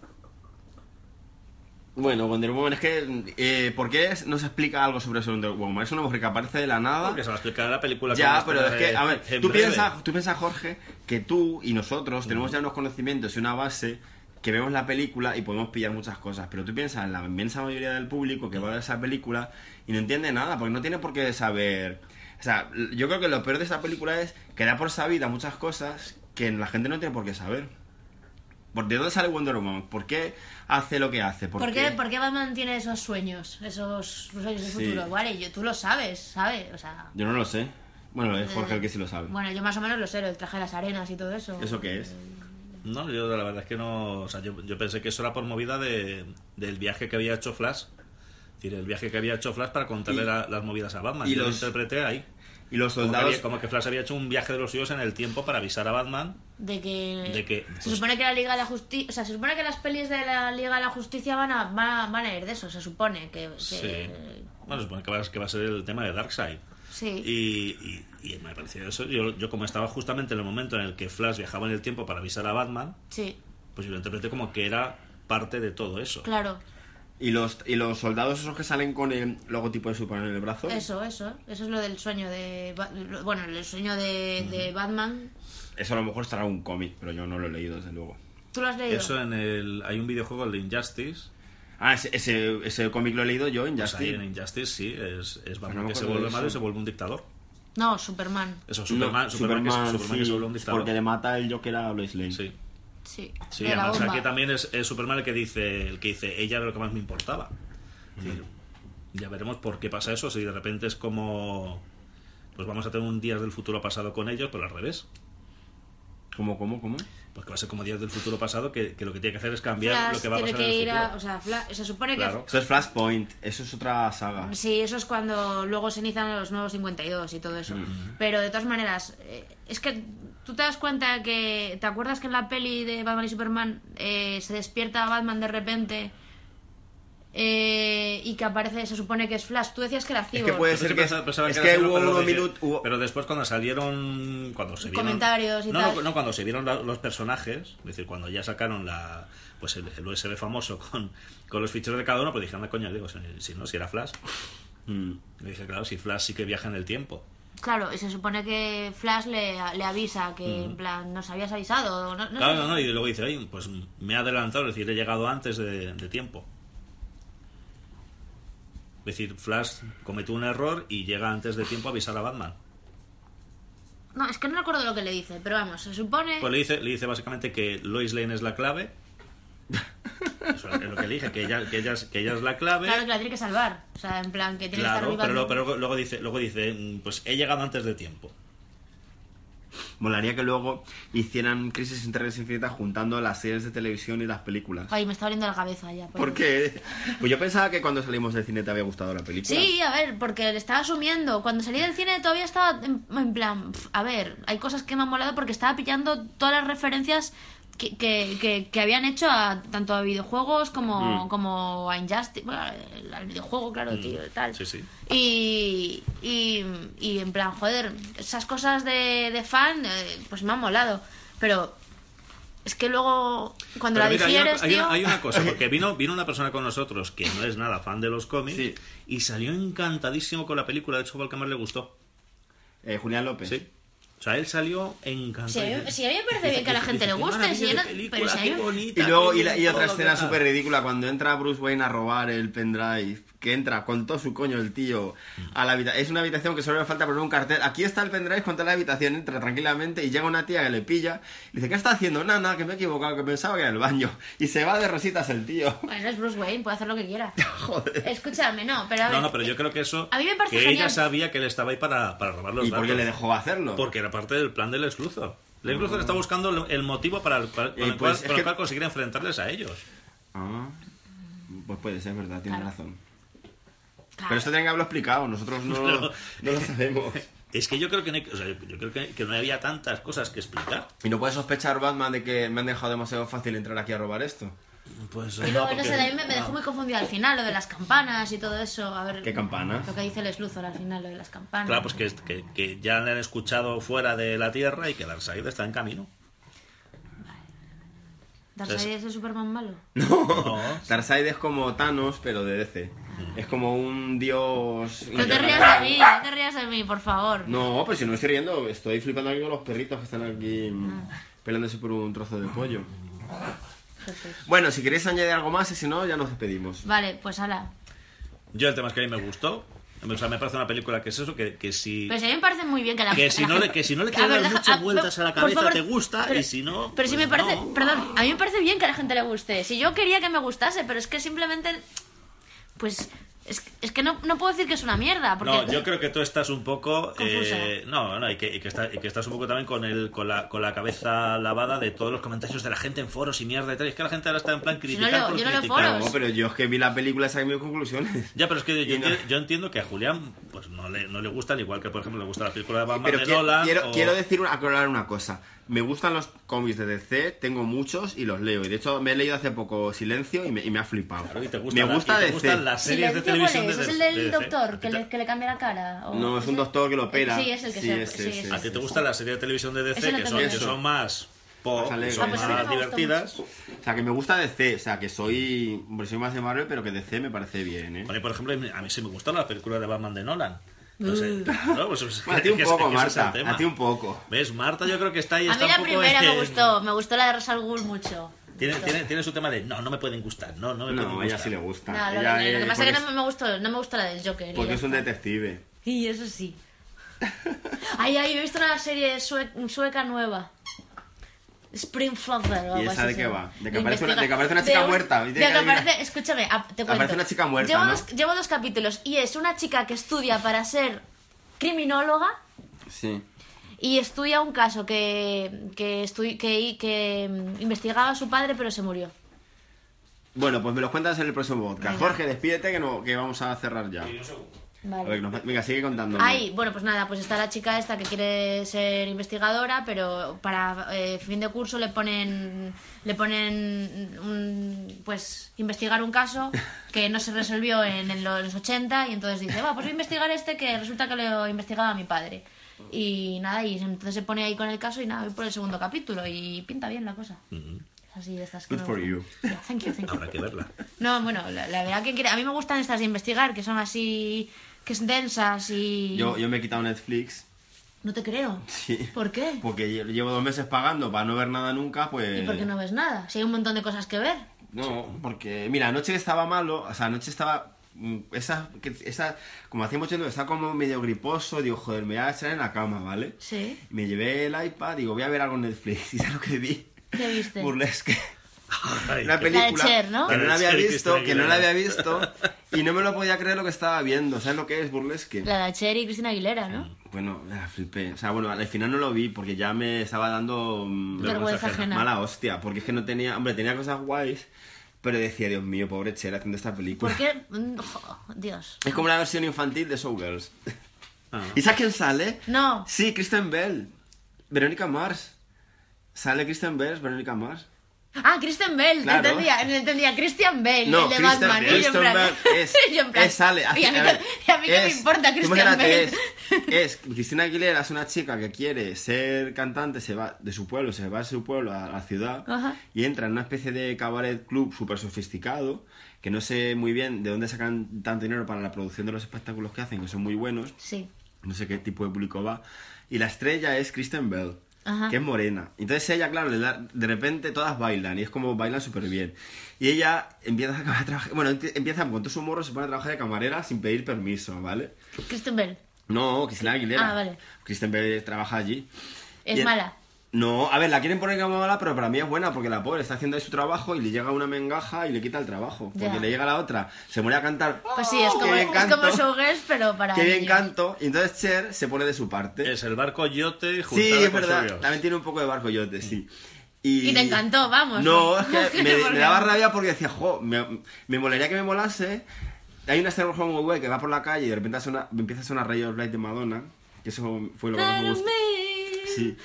Speaker 3: Bueno, Wonder Woman es que. Eh, ¿Por qué es- no se explica algo sobre Wonder Woman? Es una mujer que aparece de la nada.
Speaker 4: Porque se va a explicar en la película. que
Speaker 3: Ah. ya,
Speaker 4: vamos a
Speaker 3: pero es
Speaker 4: tener
Speaker 3: que, a ver,
Speaker 4: en
Speaker 3: tú
Speaker 4: breve. Mm.
Speaker 3: piensas, tú piensas, Jorge, que tú y nosotros tenemos ya unos conocimientos y una base que vemos la película y podemos pillar muchas cosas, pero tú piensas en la inmensa mayoría del público que va a ver esa película y no entiende nada, porque no tiene por qué saber... O sea, l- yo creo que lo peor de esta película es que da por sabida muchas cosas que la gente no tiene por qué saber. ¿Por de dónde sale Wonder Woman? ¿Por qué hace lo que hace?
Speaker 2: ¿Por, qué, por qué Batman tiene esos sueños? Esos sueños de
Speaker 3: Sí.
Speaker 2: futuro. Vale, yo, tú lo sabes, ¿sabes? O sea.
Speaker 3: Yo no lo sé. Bueno, es Jorge
Speaker 2: eh,
Speaker 3: el que sí lo sabe.
Speaker 2: Bueno, yo más o menos lo sé, lo del traje de las arenas y todo eso.
Speaker 3: ¿Eso qué es?
Speaker 4: No, yo la verdad es que no. O sea, yo, yo pensé que eso era por movida de, del viaje que había hecho Flash. Es decir, el viaje que había hecho Flash para contarle
Speaker 3: Y-
Speaker 4: la- las movidas a Batman.
Speaker 3: y
Speaker 4: Y yo lo
Speaker 3: los-
Speaker 4: interpreté ahí.
Speaker 3: Y los
Speaker 4: Como que,
Speaker 3: soldados.
Speaker 4: había- como que Flash había hecho un viaje de los suyos en el tiempo para avisar a Batman
Speaker 2: De que.
Speaker 4: De que,
Speaker 2: se
Speaker 4: pues-
Speaker 2: supone que la Liga de la Justicia. O sea, se supone que las pelis de la Liga de la Justicia van a, van a, van a ir de eso, se supone. Que, que-
Speaker 4: Sí. Bueno, supongo que va, que va a ser el tema de Darkseid.
Speaker 2: Sí.
Speaker 4: Y, y- y me pareció eso. Yo, yo como estaba justamente en el momento en el que Flash viajaba en el tiempo para avisar a Batman,
Speaker 2: sí,
Speaker 4: pues yo lo interpreté como que era parte de todo eso.
Speaker 2: claro.
Speaker 3: Y los, y los soldados esos que salen con el logotipo de Superman en el brazo.
Speaker 2: Eso, eso. Eso es lo del sueño de. Ba- lo- Bueno, el sueño de, de Batman.
Speaker 3: Eso a lo mejor estará en un cómic, pero yo no lo he leído, desde luego.
Speaker 2: ¿Tú lo has leído?
Speaker 4: Eso en el... Hay un videojuego, el de Injustice.
Speaker 3: Ah, ese, ese, ese cómic lo he leído yo en
Speaker 4: Pues ahí
Speaker 3: Justin.
Speaker 4: en Injustice sí, es,
Speaker 3: Pues
Speaker 4: es
Speaker 3: no
Speaker 4: Batman
Speaker 3: me
Speaker 4: que se
Speaker 3: acuerdo
Speaker 4: vuelve
Speaker 3: de
Speaker 4: malo y
Speaker 3: eso.
Speaker 4: se vuelve un dictador.
Speaker 2: No, Superman.
Speaker 4: Eso, Superman,
Speaker 3: No,
Speaker 4: Superman, que,
Speaker 3: Superman,
Speaker 4: se- Superman que
Speaker 3: sí,
Speaker 4: se vuelve un dictador.
Speaker 3: Porque le mata el Joker a Lois Lane.
Speaker 4: Sí.
Speaker 2: Sí.
Speaker 4: Sí,
Speaker 2: de la
Speaker 4: además
Speaker 2: bomba.
Speaker 4: aquí también es, es Superman el que dice, el que dice, ella era lo que más me importaba. Es decir, ya veremos por qué pasa eso, si de repente es como pues vamos a tener un días del futuro pasado con ellos, pero al revés.
Speaker 3: ¿Cómo, cómo, cómo?
Speaker 4: Pues que va a ser como días del futuro pasado, que, que lo que tiene que hacer es cambiar
Speaker 2: Flash
Speaker 4: lo que va a
Speaker 2: tiene
Speaker 4: pasar
Speaker 2: que
Speaker 4: en
Speaker 2: ir
Speaker 4: el
Speaker 2: a.
Speaker 4: futuro.
Speaker 2: O sea, Flash- o sea, supone
Speaker 4: Claro.
Speaker 3: Eso es Flashpoint, eso es otra saga.
Speaker 2: que. Sí, eso es cuando luego se inician los nuevos 52 y todo eso. Pero de todas maneras, eh, es que tú te das cuenta que. ¿Te acuerdas que en la peli de Batman y Superman eh, se despierta Batman de repente eh, y que aparece, se supone que es Flash? Tú decías que era
Speaker 3: que
Speaker 2: Cyborg.
Speaker 3: puede ser
Speaker 4: Entonces
Speaker 3: que-
Speaker 4: pensaba- pensaba
Speaker 3: es
Speaker 4: era
Speaker 3: que
Speaker 4: solo,
Speaker 3: hubo
Speaker 4: pero
Speaker 3: unos
Speaker 4: dije-
Speaker 3: minutos- hubo-
Speaker 4: Pero después cuando salieron... Cuando se vieron,
Speaker 2: Comentarios y
Speaker 4: no,
Speaker 2: tal.
Speaker 4: No, no, cuando se vieron la- los personajes, es decir, cuando ya sacaron la pues el, el USB famoso con, con los ficheros de cada uno, pues dije, anda coño, digo, si, si no, si era Flash.
Speaker 3: Mm.
Speaker 4: Le dije, claro, si Flash sí que viaja en el tiempo.
Speaker 2: Claro, y se supone que Flash le, le avisa que, en plan, nos habías avisado. o No, no
Speaker 4: Claro,
Speaker 2: sé.
Speaker 4: no, no, y luego dice, ay, pues me he adelantado, es decir, he llegado antes de, de tiempo. Es decir, Flash cometió un error y llega antes de tiempo a avisar a Batman.
Speaker 2: No, es que no recuerdo lo que le dice, pero vamos, se supone.
Speaker 4: Pues le dice, le dice básicamente que Lois Lane es la clave. Eso es lo que le dije, que ella, que ella, es- que ella es la clave.
Speaker 2: Claro que la tiene que salvar. O sea, en plan, que tiene
Speaker 4: Claro,
Speaker 2: que estar arriba.
Speaker 4: pero, luego- pero luego- luego dice, luego dice, mm, pues he llegado antes de tiempo.
Speaker 3: Molaría que luego hicieran Crisis en Tierras Infinitas juntando las series de televisión y las películas.
Speaker 2: Ay, me está oliendo la cabeza ya.
Speaker 3: ¿Por qué? Pues yo pensaba que cuando salimos del cine te había gustado la película.
Speaker 2: Sí, a ver, porque le estaba asumiendo. Cuando salí del cine todavía estaba en, en plan, pf, a ver, hay cosas que me han molado porque estaba pillando todas las referencias que, que, que- que habían hecho a, tanto a videojuegos
Speaker 4: Mm.
Speaker 2: como, como a Injustice. Bueno, al- al videojuego, claro, tío, y tal.
Speaker 4: Sí, sí.
Speaker 2: Y, y, y en plan, joder, esas cosas de, de fan, eh, pues me han molado. Pero es que luego, cuando la
Speaker 4: Pero mira, hay una-
Speaker 2: digieres,
Speaker 4: hay, una,
Speaker 2: tío.
Speaker 4: hay una cosa, porque vino, vino una persona con nosotros que no es nada fan de los cómics
Speaker 3: Sí.
Speaker 4: y salió encantadísimo con la película. De hecho, fue el que más le gustó.
Speaker 3: Eh, Julián López.
Speaker 4: Sí. O sea, él salió
Speaker 2: Si a,
Speaker 4: encantado.
Speaker 2: mí, si a mí me parece bien que a la
Speaker 4: Dice,
Speaker 2: gente le
Speaker 4: dice, "Qué
Speaker 2: guste, si
Speaker 4: maravilla
Speaker 2: yo no-
Speaker 4: de
Speaker 2: pero
Speaker 4: película,
Speaker 2: si a
Speaker 4: qué
Speaker 2: mí-
Speaker 4: bonita,
Speaker 3: Y luego,
Speaker 4: qué
Speaker 3: y, la- y
Speaker 4: bien
Speaker 3: otra
Speaker 4: todo,
Speaker 3: escena
Speaker 4: qué tal".
Speaker 3: súper ridícula, cuando entra Bruce Wayne a robar el pendrive, que entra con todo su coño el tío a la habitación. Es una habitación que solo le falta poner un cartel. Aquí está el pendrive con toda la habitación, entra tranquilamente y llega una tía que le pilla. Y dice, ¿qué está haciendo? Nada, nada, que me he equivocado, que pensaba que era el baño. Y se va de rositas el tío.
Speaker 2: Bueno, es Bruce Wayne, puede hacer lo que quiera.
Speaker 3: Joder.
Speaker 2: Escúchame, no, pero a ver.
Speaker 4: No, no, pero yo creo que eso.
Speaker 2: A mí me parece
Speaker 4: que ella
Speaker 2: genial.
Speaker 4: sabía que él estaba ahí para, para robar los
Speaker 3: ¿Y por qué
Speaker 4: datos.
Speaker 3: le dejó hacerlo?
Speaker 4: Porque era parte del plan del esluzo. El esluzo está buscando el- el motivo para el cual, con
Speaker 3: Eh,
Speaker 4: el
Speaker 3: pues,
Speaker 4: cual-
Speaker 3: es
Speaker 4: con el
Speaker 3: que-
Speaker 4: cual conseguir enfrentarles a ellos.
Speaker 3: Ah, pues puede ser, verdad, tienes
Speaker 2: Claro.
Speaker 3: razón.
Speaker 2: Claro.
Speaker 3: Pero esto tienen que haberlo explicado, nosotros no,
Speaker 4: No.
Speaker 3: no lo sabemos.
Speaker 4: Es que yo creo que no, hay- o sea, yo yo creo que, que no había tantas cosas que explicar.
Speaker 3: ¿Y no puede sospechar Batman de que me han dejado demasiado fácil entrar aquí a robar esto?
Speaker 4: Pues,
Speaker 2: Y luego, no sé, a mí me, me dejó muy confundida al final, lo de las campanas y todo eso. A ver.
Speaker 3: ¿Qué campana?
Speaker 2: Lo que dice el Sluthor al final, lo de las campanas.
Speaker 4: Claro, pues que, que- que ya le han escuchado fuera de la Tierra y que Darkseid está en camino.
Speaker 2: Darkseid es el Superman malo.
Speaker 4: No.
Speaker 3: Darkseid es como Thanos, pero de DC. Es como un dios...
Speaker 2: No te rías de mí, no te rías de mí, por favor.
Speaker 3: No, pues si no estoy riendo, estoy flipando aquí con los perritos que están aquí mm,
Speaker 2: Ah.
Speaker 3: peleándose por un trozo de pollo.
Speaker 2: Jesús.
Speaker 3: Bueno, si queréis añadir algo más y si no, ya nos despedimos.
Speaker 2: Vale, pues ala.
Speaker 4: Yo el tema es que a mí me gustó. O sea, me parece una película que es eso, que, que si...
Speaker 2: Pero si a mí me parece muy bien que la
Speaker 4: Que si
Speaker 2: la
Speaker 4: no le-
Speaker 2: gente-
Speaker 4: que si no le
Speaker 2: A
Speaker 4: quieres
Speaker 2: ver,
Speaker 4: dar
Speaker 2: deja-
Speaker 4: muchas
Speaker 2: ah,
Speaker 4: vueltas
Speaker 2: no,
Speaker 4: a la
Speaker 2: por
Speaker 4: cabeza, te gusta, y si no,
Speaker 2: Pero si
Speaker 4: pues
Speaker 2: me parece.
Speaker 4: no.
Speaker 2: Perdón, a mí me parece bien que a la gente le guste. Si yo quería que me gustase, pero es que simplemente. Pues. Es, es que no, no puedo decir que es una mierda. Porque
Speaker 4: No, yo creo que tú estás un poco...
Speaker 2: Confusa.
Speaker 4: eh, no, no, y que, y que está- y que estás un poco también con, el, con, la, con la cabeza lavada de todos los comentarios de la gente en foros y mierda y tal. Y es que la gente ahora está en plan criticar
Speaker 2: leo-
Speaker 4: por
Speaker 2: yo no leo
Speaker 4: criticar.
Speaker 2: foros.
Speaker 3: No, pero yo es que vi la película y saqué mis conclusiones.
Speaker 4: Ya, pero es que yo,
Speaker 3: Y no-
Speaker 4: enti- yo entiendo que a Julián pues no le, no le gustan, igual que, por ejemplo, le gusta la película de Batman
Speaker 3: Pero
Speaker 4: de
Speaker 3: quiero,
Speaker 4: Nolan.
Speaker 3: quiero-
Speaker 4: o-
Speaker 3: quiero decir, una- aclarar una cosa. Me gustan los cómics de DC, tengo muchos y los leo. Y de hecho, me he leído hace poco Silencio y me, y me ha flipado.
Speaker 4: Claro, y te gusta
Speaker 3: me
Speaker 4: la-
Speaker 3: gusta
Speaker 4: y te
Speaker 3: DC.
Speaker 4: gustan las series de
Speaker 2: Silencio, ¿cuál
Speaker 4: televisión
Speaker 2: es?
Speaker 4: de
Speaker 2: ¿Es el
Speaker 4: DC.
Speaker 2: del doctor que
Speaker 4: ¿A ti
Speaker 2: le, que le cambia la cara? ¿O
Speaker 3: No, es un
Speaker 2: ese?
Speaker 3: doctor que lo opera.
Speaker 2: Sí, es el que
Speaker 3: Sí,
Speaker 2: se...
Speaker 3: ese,
Speaker 2: sí,
Speaker 3: ese.
Speaker 4: te- ¿A ti te gustan las series de televisión de
Speaker 2: Ese
Speaker 4: DC
Speaker 2: no
Speaker 4: que
Speaker 2: te
Speaker 4: son,
Speaker 2: lo
Speaker 4: que
Speaker 3: digo.
Speaker 4: son más pop,
Speaker 3: Más
Speaker 4: que
Speaker 3: alegres.
Speaker 4: son
Speaker 3: Ah, pues
Speaker 2: ese me
Speaker 4: más
Speaker 2: gustó
Speaker 4: divertidas?
Speaker 3: O sea, que me gusta DC. O sea, que soy. hombre, soy más de Marvel, pero que DC me parece bien, ¿eh?
Speaker 4: Vale, por ejemplo, a mí sí me gustaron las películas de Batman de Nolan.
Speaker 2: Uh.
Speaker 4: Entonces, claro, pues, es
Speaker 3: Bueno, a ti un
Speaker 4: que-
Speaker 3: poco,
Speaker 4: que ese es el
Speaker 3: Marta,
Speaker 4: tema.
Speaker 3: a ti un poco.
Speaker 4: ¿Ves? Marta yo creo que está ahí.
Speaker 2: A mí
Speaker 4: está un
Speaker 2: la
Speaker 4: poco
Speaker 2: primera
Speaker 4: en-
Speaker 2: me gustó, me gustó la de Rosa al Ghul mucho.
Speaker 4: Tiene,
Speaker 2: Mucho.
Speaker 4: tiene, tiene su tema de no, no me pueden gustar, no, no me pueden
Speaker 3: No, a
Speaker 4: gustar.
Speaker 3: ella sí le gusta.
Speaker 2: No, lo,
Speaker 3: Ella
Speaker 2: lo- lo que
Speaker 3: es-
Speaker 2: pasa es que
Speaker 3: porque
Speaker 2: no me gustó, no me gustó la del Joker. y
Speaker 3: porque
Speaker 2: ya
Speaker 3: es un
Speaker 2: está.
Speaker 3: detective.
Speaker 2: Y eso sí. Ay, ay, he visto una serie sue- sueca nueva. Spring Fluffer o
Speaker 3: ¿Y
Speaker 2: algo
Speaker 3: esa
Speaker 2: así
Speaker 3: de
Speaker 2: se
Speaker 3: qué
Speaker 2: llama.
Speaker 3: va? ¿De que
Speaker 2: Lo
Speaker 3: aparece una-
Speaker 2: investiga-
Speaker 3: de que aparece una chica
Speaker 2: un-
Speaker 3: muerta? Y
Speaker 2: De
Speaker 3: tiene
Speaker 2: que
Speaker 3: que adivinar.
Speaker 2: aparece, escúchame, ap- te cuento.
Speaker 3: Aparece una chica muerta,
Speaker 2: Llevo,
Speaker 3: ¿no?
Speaker 2: dos, llevo dos capítulos y es una chica que estudia para ser criminóloga
Speaker 3: Sí.
Speaker 2: y estudia un caso que, que, estu- que, que mm, investigaba a su padre pero se murió.
Speaker 3: Bueno, pues me los cuentas en el próximo podcast. Jorge, despídete que, no, que vamos a cerrar ya. A
Speaker 2: Vale.
Speaker 3: ver, que nos- venga, sigue contando.
Speaker 2: Ahí, bueno, pues nada, pues está la chica esta que quiere ser investigadora, pero para eh, fin de curso le ponen le ponen un, pues investigar un caso que no se resolvió en, en los 80 y entonces dice, va, pues voy a investigar este que resulta que lo investigaba mi padre. Y nada, y entonces se pone ahí con el caso y nada, voy por el segundo capítulo y pinta bien la cosa. Así de estas que
Speaker 3: Good
Speaker 2: me
Speaker 3: for
Speaker 2: gustan.
Speaker 3: you.
Speaker 2: Yeah, thank you, thank you.
Speaker 4: Habrá que verla.
Speaker 2: No, bueno, la, la verdad que quiere- a mí me gustan estas de investigar, que son así, que son densas y...
Speaker 3: Yo, yo me he quitado Netflix.
Speaker 2: No te creo.
Speaker 3: Sí.
Speaker 2: ¿Por qué?
Speaker 3: Porque lle- llevo dos meses pagando para no ver nada nunca, pues...
Speaker 2: ¿Y por qué no ves nada? Si hay un montón de cosas que ver.
Speaker 3: No, porque, mira, anoche estaba malo, o sea, anoche estaba... mm, Esa, que- esa, como hacía mucho tiempo, estaba como medio griposo, digo, joder, me voy a echar en la cama, ¿vale?
Speaker 2: Sí.
Speaker 3: Y Me llevé el iPad, digo, voy a ver algo en Netflix, y ¿sabes lo que vi?
Speaker 2: ¿Qué viste?
Speaker 3: Burlesque.
Speaker 4: Ay,
Speaker 3: Una
Speaker 4: qué-
Speaker 3: película
Speaker 2: Cher, ¿no?
Speaker 3: que no la
Speaker 4: La de
Speaker 3: había
Speaker 4: Cher,
Speaker 3: visto,
Speaker 4: Cristina
Speaker 3: que no la
Speaker 4: Aguilera.
Speaker 3: había visto, y no me lo podía creer lo que estaba viendo, ¿sabes lo que es Burlesque?
Speaker 2: La de Cher y Cristina Aguilera, ¿no?
Speaker 3: Bueno, la flipé. O sea, bueno, al final no lo vi porque ya me estaba dando mm,
Speaker 2: Vergüenza
Speaker 4: Vergüenza
Speaker 2: ajena.
Speaker 4: ajena.
Speaker 3: mala hostia. Porque es que no tenía. Hombre, tenía cosas guays, pero decía, Dios mío, pobre Cher haciendo esta película.
Speaker 2: ¿Por qué? Mm, jo, Dios.
Speaker 3: Es como la versión infantil de Showgirls.
Speaker 4: Ah.
Speaker 3: ¿Y sabes quién sale?
Speaker 2: No.
Speaker 3: Sí, Kristen Bell. Verónica Mars. Sale Kristen Bell, Verónica Mars.
Speaker 2: Ah, Christian Bell.
Speaker 3: Claro.
Speaker 2: Entendía, entendía. Christian Bell,
Speaker 3: No,
Speaker 2: el de
Speaker 3: Christian
Speaker 2: Batman.
Speaker 3: Bell.
Speaker 2: Y yo en plan-
Speaker 3: Christian Bell es-
Speaker 2: y yo en plan,
Speaker 3: es- sale,
Speaker 2: Y a mí,
Speaker 3: a ver,
Speaker 2: y a mí qué me
Speaker 3: es-
Speaker 2: importa
Speaker 3: tú
Speaker 2: Christian
Speaker 3: imagínate,
Speaker 2: Bell.
Speaker 3: Es, es Cristina Aguilera es una chica que quiere ser cantante, se va de su pueblo, se va de su pueblo a la ciudad
Speaker 2: Ajá.
Speaker 3: y entra en una especie de cabaret club súper sofisticado, que no sé muy bien de dónde sacan tanto dinero para la producción de los espectáculos que hacen, que son muy buenos,
Speaker 2: Sí.
Speaker 3: no sé qué tipo de público va, y la estrella es Kristen Bell.
Speaker 2: Ajá.
Speaker 3: Que es morena. Entonces ella, claro, le da- de repente todas bailan y es como bailan súper bien. Y ella empieza a trabajar, bueno, empie- empieza con todo su morro, se pone a trabajar de camarera sin pedir permiso, ¿vale?
Speaker 2: Christian Bell.
Speaker 3: No, Cristina Aguilera.
Speaker 2: Ah, vale.
Speaker 3: Kristen Bell trabaja allí.
Speaker 2: Es
Speaker 3: Y-
Speaker 2: mala.
Speaker 3: No, a ver, la quieren poner como mala, pero para mí es buena porque la pobre está haciendo ahí su trabajo y le llega una mengaja y le quita el trabajo.
Speaker 2: Ya.
Speaker 3: Porque le llega la otra, se muere a cantar.
Speaker 2: Pues sí, es
Speaker 3: ¡Oh, qué
Speaker 2: como,
Speaker 3: bien
Speaker 2: es
Speaker 3: canto!
Speaker 2: como Showgirls, pero para.
Speaker 3: Qué bien
Speaker 2: niños.
Speaker 3: canto. Y entonces Cher se pone de su parte.
Speaker 4: Es el barco Yote
Speaker 3: Sí,
Speaker 4: juntado
Speaker 3: es
Speaker 4: con
Speaker 3: verdad.
Speaker 4: Showgirls.
Speaker 3: También tiene un poco de barco yote, sí. Y...
Speaker 2: Y te encantó, vamos,
Speaker 3: No,
Speaker 2: ¿no?
Speaker 3: es que me,
Speaker 2: Porque-
Speaker 3: me daba rabia porque decía, jo, me, me molaría que me molase. Hay una escena por ejemplo, muy guay que va por la calle y de repente suena- empieza a sonar Ray of Light de Madonna. Que eso fue lo que más me gustó. Sí.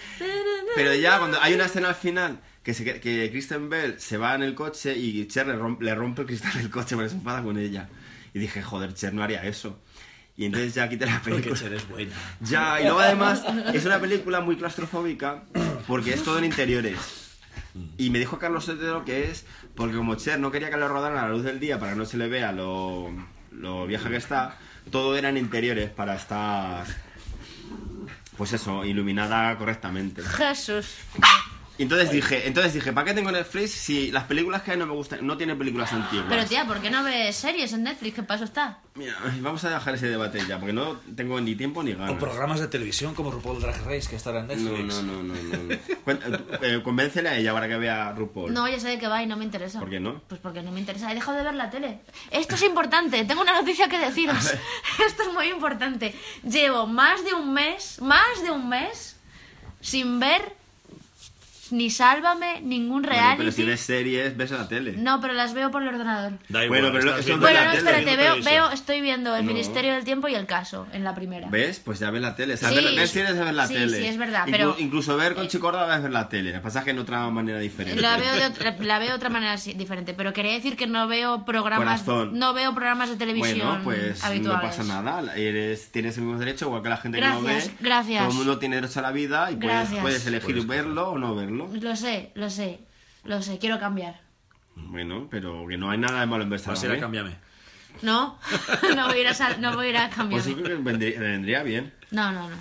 Speaker 3: Pero ya cuando hay una escena al final que, se, que- que Kristen Bell se va en el coche y Cher le, romp- le rompe el cristal del coche porque se enfada con ella. Y dije, joder, Cher no haría eso. Y entonces ya quité la
Speaker 4: Porque
Speaker 3: película.
Speaker 4: Cher es buena.
Speaker 3: Ya, y luego además es una película muy claustrofóbica porque es todo en interiores. Y me dijo Carlos Sotero que es porque como Cher no quería que lo rodaran a la luz del día para que no se le vea lo, lo vieja que está, todo era en interiores para estar, pues eso, iluminada correctamente.
Speaker 2: Jesús.
Speaker 3: Y entonces dije, entonces dije, ¿para qué tengo Netflix si las películas que hay no me gustan, no tiene películas antiguas?
Speaker 2: Pero tía, ¿por qué no ves series en Netflix? ¿Qué paso está?
Speaker 3: Mira, vamos a dejar ese debate ya porque no tengo ni tiempo ni ganas.
Speaker 4: Con programas de televisión como RuPaul Drag Race que estará en
Speaker 3: No,
Speaker 4: Netflix.
Speaker 3: no, no, no, no. no. Cuen- eh, convéncele a ella para que vea RuPaul.
Speaker 2: No, ya sé de qué va y no me interesa.
Speaker 3: ¿Por qué no?
Speaker 2: Pues porque no me interesa. He dejado de ver la tele. Esto es importante. Tengo una noticia que deciros. Esto es muy importante. Llevo más de un mes, más de un mes, sin ver ni Sálvame, ningún
Speaker 3: Bueno,
Speaker 2: reality.
Speaker 3: pero si ves series, ves en la tele.
Speaker 2: No, pero las veo por el ordenador.
Speaker 4: Da igual,
Speaker 3: Bueno, pero
Speaker 4: estás
Speaker 3: lo- eso
Speaker 4: viendo
Speaker 3: no es
Speaker 2: Bueno,
Speaker 4: la
Speaker 2: no,
Speaker 3: tele,
Speaker 2: espérate,
Speaker 4: en
Speaker 2: veo,
Speaker 4: televisión.
Speaker 2: veo, estoy viendo el
Speaker 3: No.
Speaker 2: Ministerio del Tiempo y el caso en la primera.
Speaker 3: ¿Ves? Pues ya ves la tele. O sea,
Speaker 2: Sí.
Speaker 3: ver, ver series es ver la
Speaker 2: Sí,
Speaker 3: tele.
Speaker 2: sí, es verdad,
Speaker 3: Inclu-
Speaker 2: pero- eh,
Speaker 3: Incluso ver con Chicorda es ver la tele. El pasaje en otra manera diferente.
Speaker 2: La veo, de otra, la veo de otra manera así- diferente, pero quería decir que no veo programas,
Speaker 3: Corazón.
Speaker 2: no veo programas de televisión
Speaker 3: Bueno, pues
Speaker 2: habituales.
Speaker 3: no pasa nada. Eres, tienes el mismo derecho, igual que la gente que no
Speaker 2: Gracias,
Speaker 3: ve.
Speaker 2: gracias.
Speaker 3: Todo el mundo tiene derecho a la vida y puedes,
Speaker 2: Gracias.
Speaker 3: puedes elegir
Speaker 4: Puedes
Speaker 3: verlo o no verlo.
Speaker 2: Lo sé, lo sé, lo sé, quiero cambiar.
Speaker 3: Bueno, pero que no hay nada de malo en ver
Speaker 4: Vas a ir a
Speaker 3: Sálvame.
Speaker 4: cámbiame.
Speaker 2: No, no voy a ir a, sal- no voy a, ir a cambiar.
Speaker 3: Pues yo creo que vendría, vendría bien.
Speaker 2: No, no, no.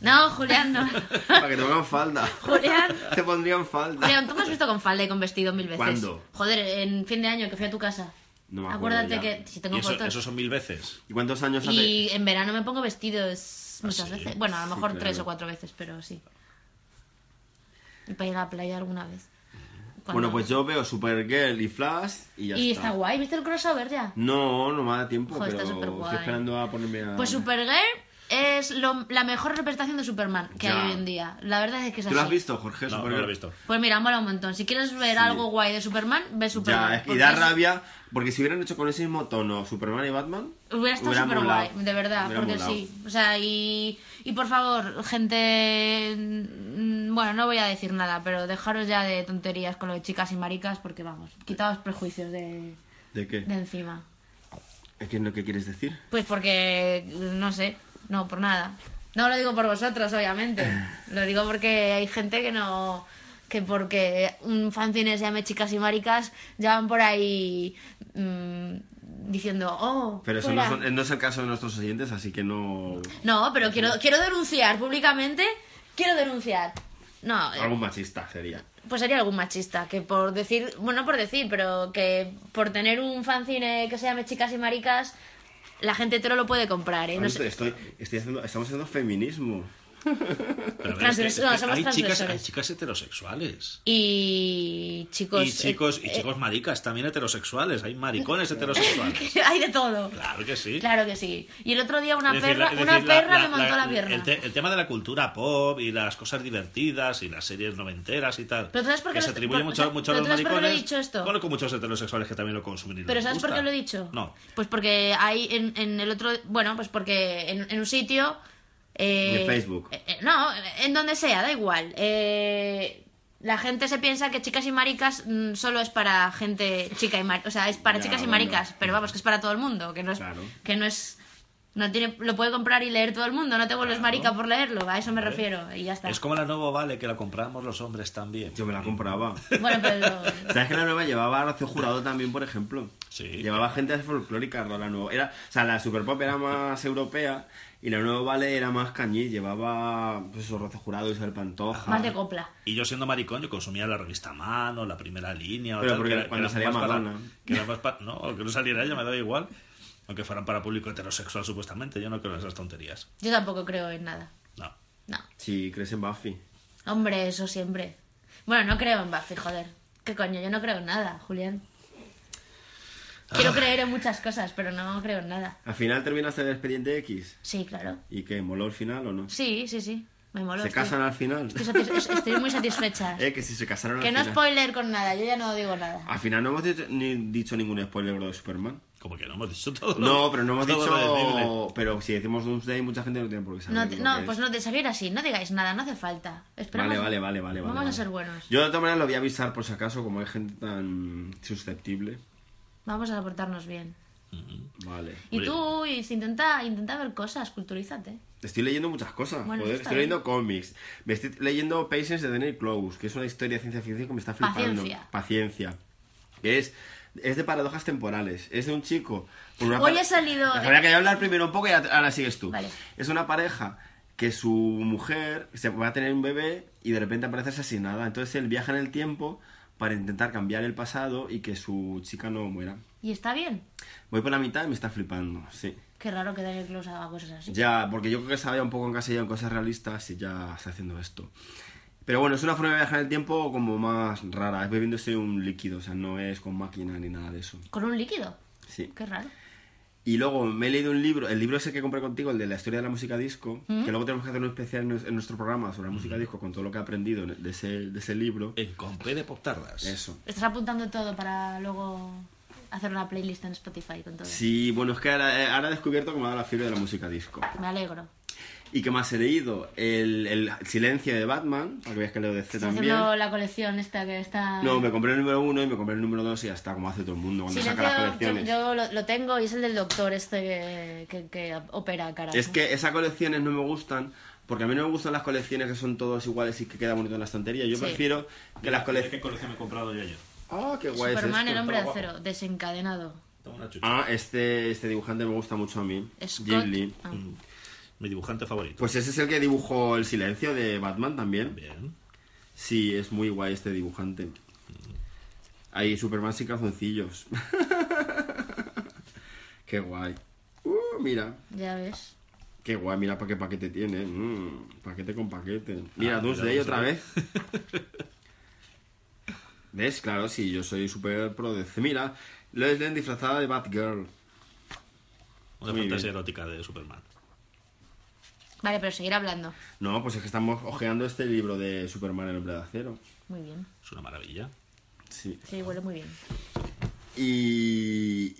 Speaker 2: No, Julián, no.
Speaker 3: Para que te pongan falda.
Speaker 2: Julián.
Speaker 3: Te pondrían falda.
Speaker 2: Julián, tú me has visto con falda y con vestido mil veces.
Speaker 3: ¿Cuándo?
Speaker 2: Joder, en fin de año que fui a tu casa.
Speaker 3: No me acuerdo
Speaker 2: Acuérdate
Speaker 3: ya.
Speaker 2: que si tengo
Speaker 4: Y eso,
Speaker 2: fotos.
Speaker 4: eso son mil veces.
Speaker 3: ¿Y cuántos años hace?
Speaker 2: Y en verano me pongo vestidos muchas
Speaker 4: sí?
Speaker 2: veces. Bueno, a lo mejor
Speaker 3: Ah, claro.
Speaker 2: tres o cuatro veces, pero sí. Y para ir a la playa alguna vez. Cuando-
Speaker 3: Bueno, pues yo veo Supergirl y Flash y ya
Speaker 2: Y
Speaker 3: está.
Speaker 2: está guay, ¿viste el crossover ya?
Speaker 3: No, no me da tiempo,
Speaker 2: Joder, está
Speaker 3: pero
Speaker 2: superguay.
Speaker 3: estoy esperando a ponerme a...
Speaker 2: Pues Supergirl es lo- la mejor representación de Superman que
Speaker 3: Ya.
Speaker 2: hay hoy en día. La verdad es que es
Speaker 3: ¿Tú
Speaker 2: así.
Speaker 3: lo has visto, Jorge?
Speaker 4: No, no
Speaker 3: Supergirl?
Speaker 4: lo he visto.
Speaker 2: Pues mira, mola un montón. Si quieres ver algo guay de Superman, ve Superman.
Speaker 3: Ya, es- y
Speaker 2: porque
Speaker 3: da
Speaker 2: es-
Speaker 3: rabia, porque si hubieran hecho con ese mismo tono Superman y Batman...
Speaker 2: Hubiera estado
Speaker 3: hubiera
Speaker 2: súper
Speaker 3: molado.
Speaker 2: guay, de verdad,
Speaker 3: Hubiera
Speaker 2: porque
Speaker 3: molado.
Speaker 2: sí. O sea, y, y por favor, gente. mm, Bueno, no voy a decir nada, pero dejaros ya de tonterías con lo de chicas y maricas, porque vamos, quitaos prejuicios de,
Speaker 3: ¿De qué?
Speaker 2: de encima.
Speaker 3: ¿Qué es lo que quieres decir?
Speaker 2: Pues porque. No sé, no, por nada. No lo digo por vosotros, obviamente. Lo digo porque hay gente que no. Que porque un fanzine se llame chicas y maricas, ya van por ahí. mm, diciendo, oh.
Speaker 3: Pero eso no,
Speaker 2: fuera". Eh,
Speaker 3: son- eh, no es el caso de nuestros oyentes, así que no...
Speaker 2: No, pero quiero, quiero denunciar públicamente. Quiero denunciar. No, eh,
Speaker 3: Algo machista sería.
Speaker 2: pues sería algún machista que por decir, bueno, no por decir, pero que por tener un fanzine que se llame Chicas y Maricas, la gente hetero lo puede comprar, ¿eh? No sé.
Speaker 3: Estoy, estoy haciendo, estamos haciendo feminismo.
Speaker 4: Pero a ver,
Speaker 2: Transgres- no, somos
Speaker 4: hay, chicas,
Speaker 2: transgresores.
Speaker 4: hay chicas heterosexuales.
Speaker 2: Y chicos.
Speaker 4: y chicos, y
Speaker 2: eh,
Speaker 4: chicos maricas también heterosexuales. Hay maricones heterosexuales.
Speaker 2: eh, hay de todo.
Speaker 4: Claro que sí.
Speaker 2: Claro que sí. Y el otro día una
Speaker 4: Es decir,
Speaker 2: perra,
Speaker 4: la- es
Speaker 2: una
Speaker 4: decir, la-
Speaker 2: perra
Speaker 4: la-
Speaker 2: me montó la, pierna.
Speaker 4: El, te- el tema de la cultura pop y las cosas divertidas y las series noventeras y tal.
Speaker 2: Pero ¿sabes por qué
Speaker 4: que se
Speaker 2: lo-
Speaker 4: atribuye
Speaker 2: por-
Speaker 4: mucho,
Speaker 2: sa-
Speaker 4: mucho a
Speaker 2: pero
Speaker 4: los
Speaker 2: ¿sabes por qué
Speaker 4: maricones.
Speaker 2: lo he dicho esto?
Speaker 4: Bueno, con muchos heterosexuales que también lo consumen. y
Speaker 2: Pero
Speaker 4: les
Speaker 2: ¿sabes por
Speaker 4: gusta.
Speaker 2: qué lo he dicho?
Speaker 4: No.
Speaker 2: Pues porque hay en, en el otro... Bueno, pues porque en, en un sitio... eh,
Speaker 3: En el Facebook.
Speaker 2: eh, eh, no, en donde sea, da igual. Eh, la gente se piensa que chicas y maricas mm, solo es para gente chica y maricas. O sea, es para
Speaker 3: Ya,
Speaker 2: chicas y
Speaker 3: bueno.
Speaker 2: maricas, pero vamos, que es para todo el mundo, que no es...
Speaker 3: Claro.
Speaker 2: Que no es no tiene, lo puede comprar y leer todo el mundo, no te vuelves marica por leerlo, a eso me
Speaker 4: Vale.
Speaker 2: refiero, y ya está.
Speaker 4: Es como la nueva Vale que la compramos los hombres también.
Speaker 3: Yo me la compraba.
Speaker 2: Bueno, pero...
Speaker 3: ¿Sabes que la nueva llevaba a Rocío Jurado también, por ejemplo?
Speaker 4: Sí.
Speaker 3: Llevaba gente folclórica, ¿no? la nueva. Era, o sea, la Superpop era más europea y la nueva Vale era más cañí. Llevaba, pues eso, Rocío Jurado, Isabel Pantoja.
Speaker 2: Más de copla.
Speaker 4: Y yo siendo maricón, yo consumía la revista Mano, la primera línea. o
Speaker 3: Pero
Speaker 4: tal,
Speaker 3: porque
Speaker 4: que era-
Speaker 3: cuando
Speaker 4: que
Speaker 3: salía
Speaker 4: era más para-
Speaker 3: Madonna.
Speaker 4: que era más para- no, que no saliera ella, me da igual. Aunque fueran para público heterosexual, supuestamente. Yo no creo en esas tonterías.
Speaker 2: Yo tampoco creo en nada.
Speaker 4: No.
Speaker 2: No.
Speaker 3: Sí, crees en Buffy.
Speaker 2: Hombre, eso siempre. Bueno, no creo en Buffy, joder. ¿Qué coño? Yo no creo en nada, Julián.
Speaker 3: Ah.
Speaker 2: Quiero creer en muchas cosas, pero no creo en nada.
Speaker 3: Al final terminaste el expediente X.
Speaker 2: Sí, claro.
Speaker 3: ¿Y qué? ¿Moló el final o no?
Speaker 2: Sí, sí, sí. Me moló.
Speaker 3: ¿Se
Speaker 2: estoy-
Speaker 3: casan al final?
Speaker 2: Estoy, satis- es- estoy muy satisfecha.
Speaker 3: eh, Ah, que si se casaron
Speaker 2: que
Speaker 3: al
Speaker 2: no
Speaker 3: final.
Speaker 2: spoiler con nada, yo ya no digo nada.
Speaker 3: Al final no hemos dicho, ni dicho ningún spoiler de Superman.
Speaker 4: Como que no hemos dicho todo.
Speaker 3: No, pero no hemos
Speaker 4: todo lo decible.
Speaker 3: dicho. Pero si decimos Doomsday, mucha gente no tiene por qué saber.
Speaker 2: No,
Speaker 3: lo
Speaker 2: te-
Speaker 3: que
Speaker 2: no,
Speaker 3: es.
Speaker 2: pues no, de salir así, no digáis nada, no hace falta. Esperemos-
Speaker 3: Vale, vale, vale, vale.
Speaker 2: Vamos
Speaker 3: vale.
Speaker 2: a ser buenos.
Speaker 3: Yo de todas maneras lo voy a avisar por si acaso, como hay gente tan susceptible.
Speaker 2: Vamos a portarnos bien.
Speaker 3: Vale.
Speaker 2: Y tú, y si intenta, intenta ver cosas, culturízate.
Speaker 3: Estoy leyendo muchas cosas.
Speaker 2: Bueno,
Speaker 3: joder,
Speaker 2: eso está
Speaker 3: estoy
Speaker 2: bien.
Speaker 3: leyendo cómics. Me estoy leyendo Patience de Daniel Close, que es una historia de ciencia ficción que me está flipando.
Speaker 2: Paciencia.
Speaker 3: Paciencia. Que es, es de paradojas temporales. Es de un chico. con una
Speaker 2: Hoy
Speaker 3: pare-
Speaker 2: he salido-
Speaker 3: Habría que hablar primero un poco y ahora ahora sigues tú.
Speaker 2: Vale.
Speaker 3: Es una pareja que su mujer se va a tener un bebé y de repente aparece asesinada. Entonces él viaja en el tiempo para intentar cambiar el pasado y que su chica no muera.
Speaker 2: Y está bien.
Speaker 3: Voy por la mitad y me está flipando, sí.
Speaker 2: Qué raro que Daniel Close haga cosas así.
Speaker 3: Ya, porque yo creo que se había un poco encasillado en cosas realistas y ya está haciendo esto. Pero bueno, es una forma de viajar en el tiempo como más rara. Es bebiéndose un líquido, o sea, no es con máquina ni nada de eso.
Speaker 2: Con un líquido.
Speaker 3: Sí.
Speaker 2: Qué raro.
Speaker 3: Y luego me he leído un libro, el libro ese que compré contigo, el de la historia de la música disco, que luego tenemos que hacer un especial en, en nuestro programa sobre la música disco con todo lo que he aprendido de ese, de ese libro.
Speaker 4: En Compé de Poptardas.
Speaker 3: Eso.
Speaker 2: Estás apuntando todo para luego hacer una playlist en Spotify con todo.
Speaker 3: Sí, bueno, es que ahora, eh, ahora he descubierto que me ha dado la fiebre de la música disco.
Speaker 2: Me alegro.
Speaker 3: ¿Y qué más he leído? El, el silencio de Batman, para que veas que leo de C
Speaker 2: Estás
Speaker 3: también.
Speaker 2: haciendo la colección esta que está...
Speaker 3: No, me compré el número uno y me compré el número dos y ya está, como hace todo el mundo cuando saca las
Speaker 2: Silencio, yo,
Speaker 3: colecciones.
Speaker 2: yo lo, lo tengo y es el del doctor este que, que, que opera caras.
Speaker 3: Es que esas colecciones no me gustan porque a mí no me gustan las colecciones que son todos iguales y que queda bonito en la estantería. Yo
Speaker 2: Sí.
Speaker 3: prefiero que las
Speaker 4: Mira ¿Qué
Speaker 3: colecciones...
Speaker 4: colección me he comprado yo ayer?
Speaker 3: Ah, qué guay es
Speaker 2: Superman,
Speaker 3: esto.
Speaker 2: el hombre de
Speaker 4: está guapo.
Speaker 2: acero, desencadenado.
Speaker 4: Tengo una chucha.
Speaker 3: Ah, este, este dibujante me gusta mucho a mí.
Speaker 2: Scott...
Speaker 3: Jim Lee.
Speaker 2: Ah.
Speaker 4: Mi dibujante favorito.
Speaker 3: Pues ese es el que dibujó El silencio de Batman también.
Speaker 4: Bien.
Speaker 3: Sí, es muy guay este dibujante. Ahí, Superman sin calzoncillos. qué guay. Uh, mira.
Speaker 2: Ya ves.
Speaker 3: Qué guay, mira para qué paquete tiene. mm, paquete con paquete. Mira,
Speaker 4: Ah,
Speaker 3: dos
Speaker 4: mira,
Speaker 3: de
Speaker 4: Doomsday.
Speaker 3: otra vez. ¿Ves? Claro, sí, yo soy super pro de... Mira, Lois Lane disfrazada de Batgirl.
Speaker 4: Una
Speaker 3: Muy
Speaker 4: fantasía
Speaker 3: bien.
Speaker 4: erótica de Superman.
Speaker 2: Vale, pero seguir hablando.
Speaker 3: No, pues es que estamos ojeando este libro de Superman el hombre de acero.
Speaker 2: Muy bien.
Speaker 4: Es una maravilla.
Speaker 3: Sí.
Speaker 2: Sí, huele muy bien.
Speaker 3: Y...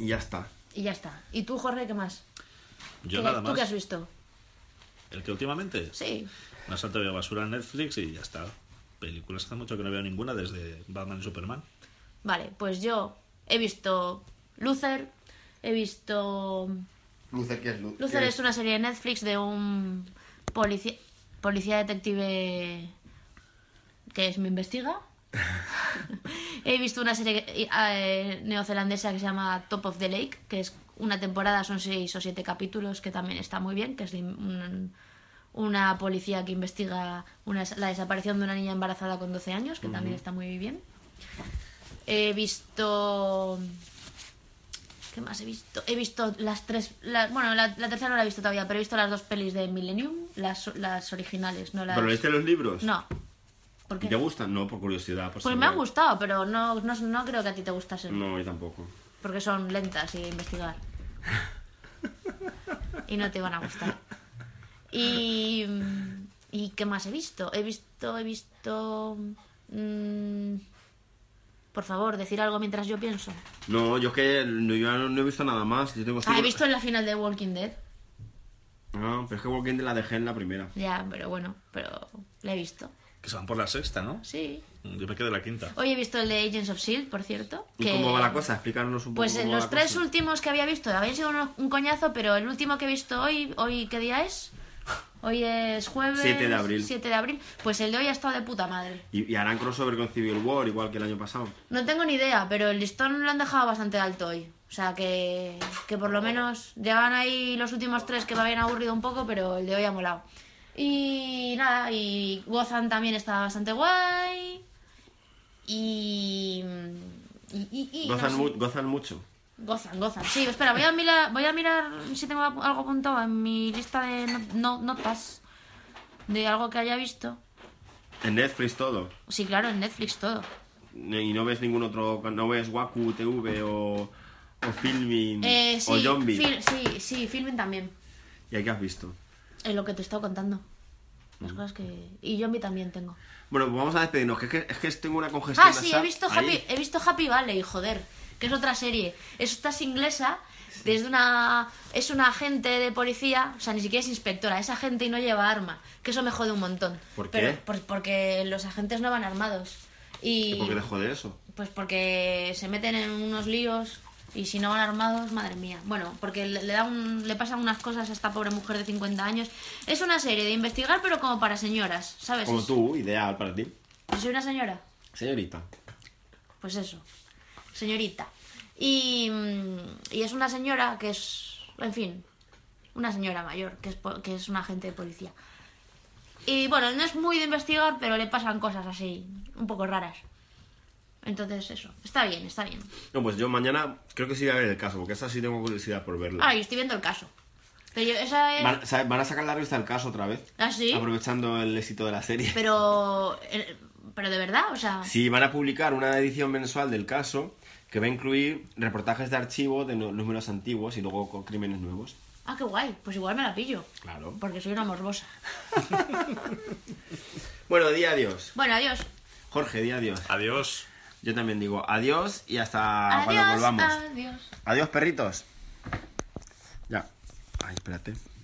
Speaker 3: Y ya está.
Speaker 2: Y ya está. ¿Y tú, Jorge, qué más?
Speaker 4: Yo
Speaker 2: ¿Qué-
Speaker 4: nada
Speaker 2: ¿Tú qué has
Speaker 4: más.
Speaker 2: visto?
Speaker 4: El que últimamente.
Speaker 2: Sí.
Speaker 4: Una salta de basura en Netflix y ya está. Películas hace mucho que no veo ninguna desde Batman y Superman.
Speaker 2: Vale, pues yo he visto Luther, he visto...
Speaker 3: Lucer, ¿qué es
Speaker 2: Luther es una serie de Netflix de un policía, policía detective que es me investiga. he visto una serie eh, neozelandesa que se llama Top of the Lake, que es una temporada, son seis o siete capítulos, que también está muy bien, que es de un- una policía que investiga una- la desaparición de una niña embarazada con 12 años, que también está muy bien. He visto. ¿Qué más he visto? He visto las tres. las- bueno, la, la tercera no la he visto todavía, pero he visto las dos pelis de Millennium, las, las originales, no las.
Speaker 3: ¿Pero leíste los libros?
Speaker 2: No. ¿Por qué?
Speaker 3: ¿Te gustan? No, por curiosidad. por
Speaker 2: Pues me ha
Speaker 3: saber.
Speaker 2: gustado, pero no, no, no creo que a ti te gustasen.
Speaker 3: No, yo tampoco.
Speaker 2: Porque son lentas y investigar. y no te van a gustar. Y. ¿Y qué más he visto? He visto. He visto. mm, por favor, decir algo mientras yo pienso.
Speaker 3: No, yo es que no, yo no, no he visto nada más. Yo tengo
Speaker 2: Ah, he visto en la final de Walking Dead.
Speaker 3: Ah, pero es que Walking Dead la dejé en la primera.
Speaker 2: Ya, pero bueno, pero la he visto.
Speaker 4: Que se van por la sexta, ¿no?
Speaker 2: Sí.
Speaker 4: Yo me quedo en la quinta.
Speaker 2: Hoy he visto el de Agents of Shield, E por cierto.
Speaker 3: ¿Y
Speaker 2: que-
Speaker 3: cómo va la cosa? Explícanos un poco.
Speaker 2: Pues
Speaker 3: cómo
Speaker 2: en
Speaker 3: va
Speaker 2: los
Speaker 3: la
Speaker 2: tres
Speaker 3: cosa.
Speaker 2: últimos que había visto habían sido uno- un coñazo, pero el último que he visto hoy, hoy ¿qué día es? Hoy es jueves.
Speaker 3: 7 de abril.
Speaker 2: 7 de abril. Pues el de hoy ha estado de puta madre.
Speaker 3: Y, y harán crossover con Civil War, igual que el año pasado.
Speaker 2: No tengo ni idea, pero el listón lo han dejado bastante alto hoy. O sea que, que por lo menos llevan ahí los últimos tres que me habían aburrido un poco, pero el de hoy ha molado. Y nada, y Gozan también estaba bastante guay. Y. y- y- y no
Speaker 3: Gozan,
Speaker 2: sé.
Speaker 3: mu- gozan mucho.
Speaker 2: Gozan, gozan. Sí, espera, voy a mirar, voy a mirar si tengo algo apuntado en mi lista de no- no- notas de algo que haya visto.
Speaker 3: En Netflix todo.
Speaker 2: Sí, claro, en Netflix todo.
Speaker 3: Y no ves ningún otro. No ves Waku TV o. O Filming.
Speaker 2: Eh, sí,
Speaker 3: Mm. o Zombie.
Speaker 2: fil- sí, sí, filmen también.
Speaker 3: ¿Y ahí qué has visto?
Speaker 2: Es lo que te he estado contando. Las cosas que... Y Zombie también tengo.
Speaker 3: Bueno, pues vamos a despedirnos, que es que, es que tengo una congestión.
Speaker 2: Ah, sí, he
Speaker 3: nasal
Speaker 2: visto,
Speaker 3: Pues, ahí.
Speaker 2: Happy, he visto Happy Valley, joder, que es otra serie. Es- Esta es inglesa, desde una, es una agente de policía, o sea, ni siquiera es inspectora, es agente y no lleva arma, que eso me jode un montón.
Speaker 3: ¿Por
Speaker 2: Pero-
Speaker 3: qué?
Speaker 2: por- porque los agentes no van armados.
Speaker 3: ¿Y
Speaker 2: Y
Speaker 3: por qué te jode eso?
Speaker 2: pues porque se meten en unos líos y si no van armados, madre mía. Bueno, porque le, le da un- le pasan unas cosas a esta pobre mujer de 50 años. Es una serie de investigar, pero como para señoras, ¿sabes?
Speaker 3: Como
Speaker 2: Es-
Speaker 3: tú, ideal para ti.
Speaker 2: Yo soy una señora.
Speaker 3: Señorita.
Speaker 2: Pues eso, señorita. Y, mm, y es una señora que es, en fin, una señora mayor, que es, po- que es un agente de policía. Y bueno, no es muy de investigar, pero le pasan cosas así, un poco raras. Entonces eso, está bien, está bien.
Speaker 3: No, pues yo mañana creo que sí voy a ver el caso, porque esa sí tengo curiosidad por verla.
Speaker 2: Ah, yo estoy viendo el caso. Pero yo- esa es...
Speaker 3: Van, sa- van a sacar la revista del caso otra vez.
Speaker 2: ¿Ah, sí?
Speaker 3: Aprovechando el éxito de la serie.
Speaker 2: Pero... eh, Pero de verdad, o sea...
Speaker 3: Sí, van a publicar una edición mensual del caso que va a incluir reportajes de archivo de no- números antiguos y luego con crímenes nuevos.
Speaker 2: Ah, qué guay. Pues igual me la pillo.
Speaker 3: Claro.
Speaker 2: Porque soy una morbosa.
Speaker 3: Bueno, di adiós.
Speaker 2: Bueno, adiós.
Speaker 3: Jorge, di adiós.
Speaker 4: Adiós.
Speaker 3: Yo también digo adiós y hasta Ah, cuando
Speaker 2: adiós, ah.
Speaker 3: volvamos.
Speaker 2: adiós.
Speaker 3: Adiós, perritos. Ya. Ay, espérate.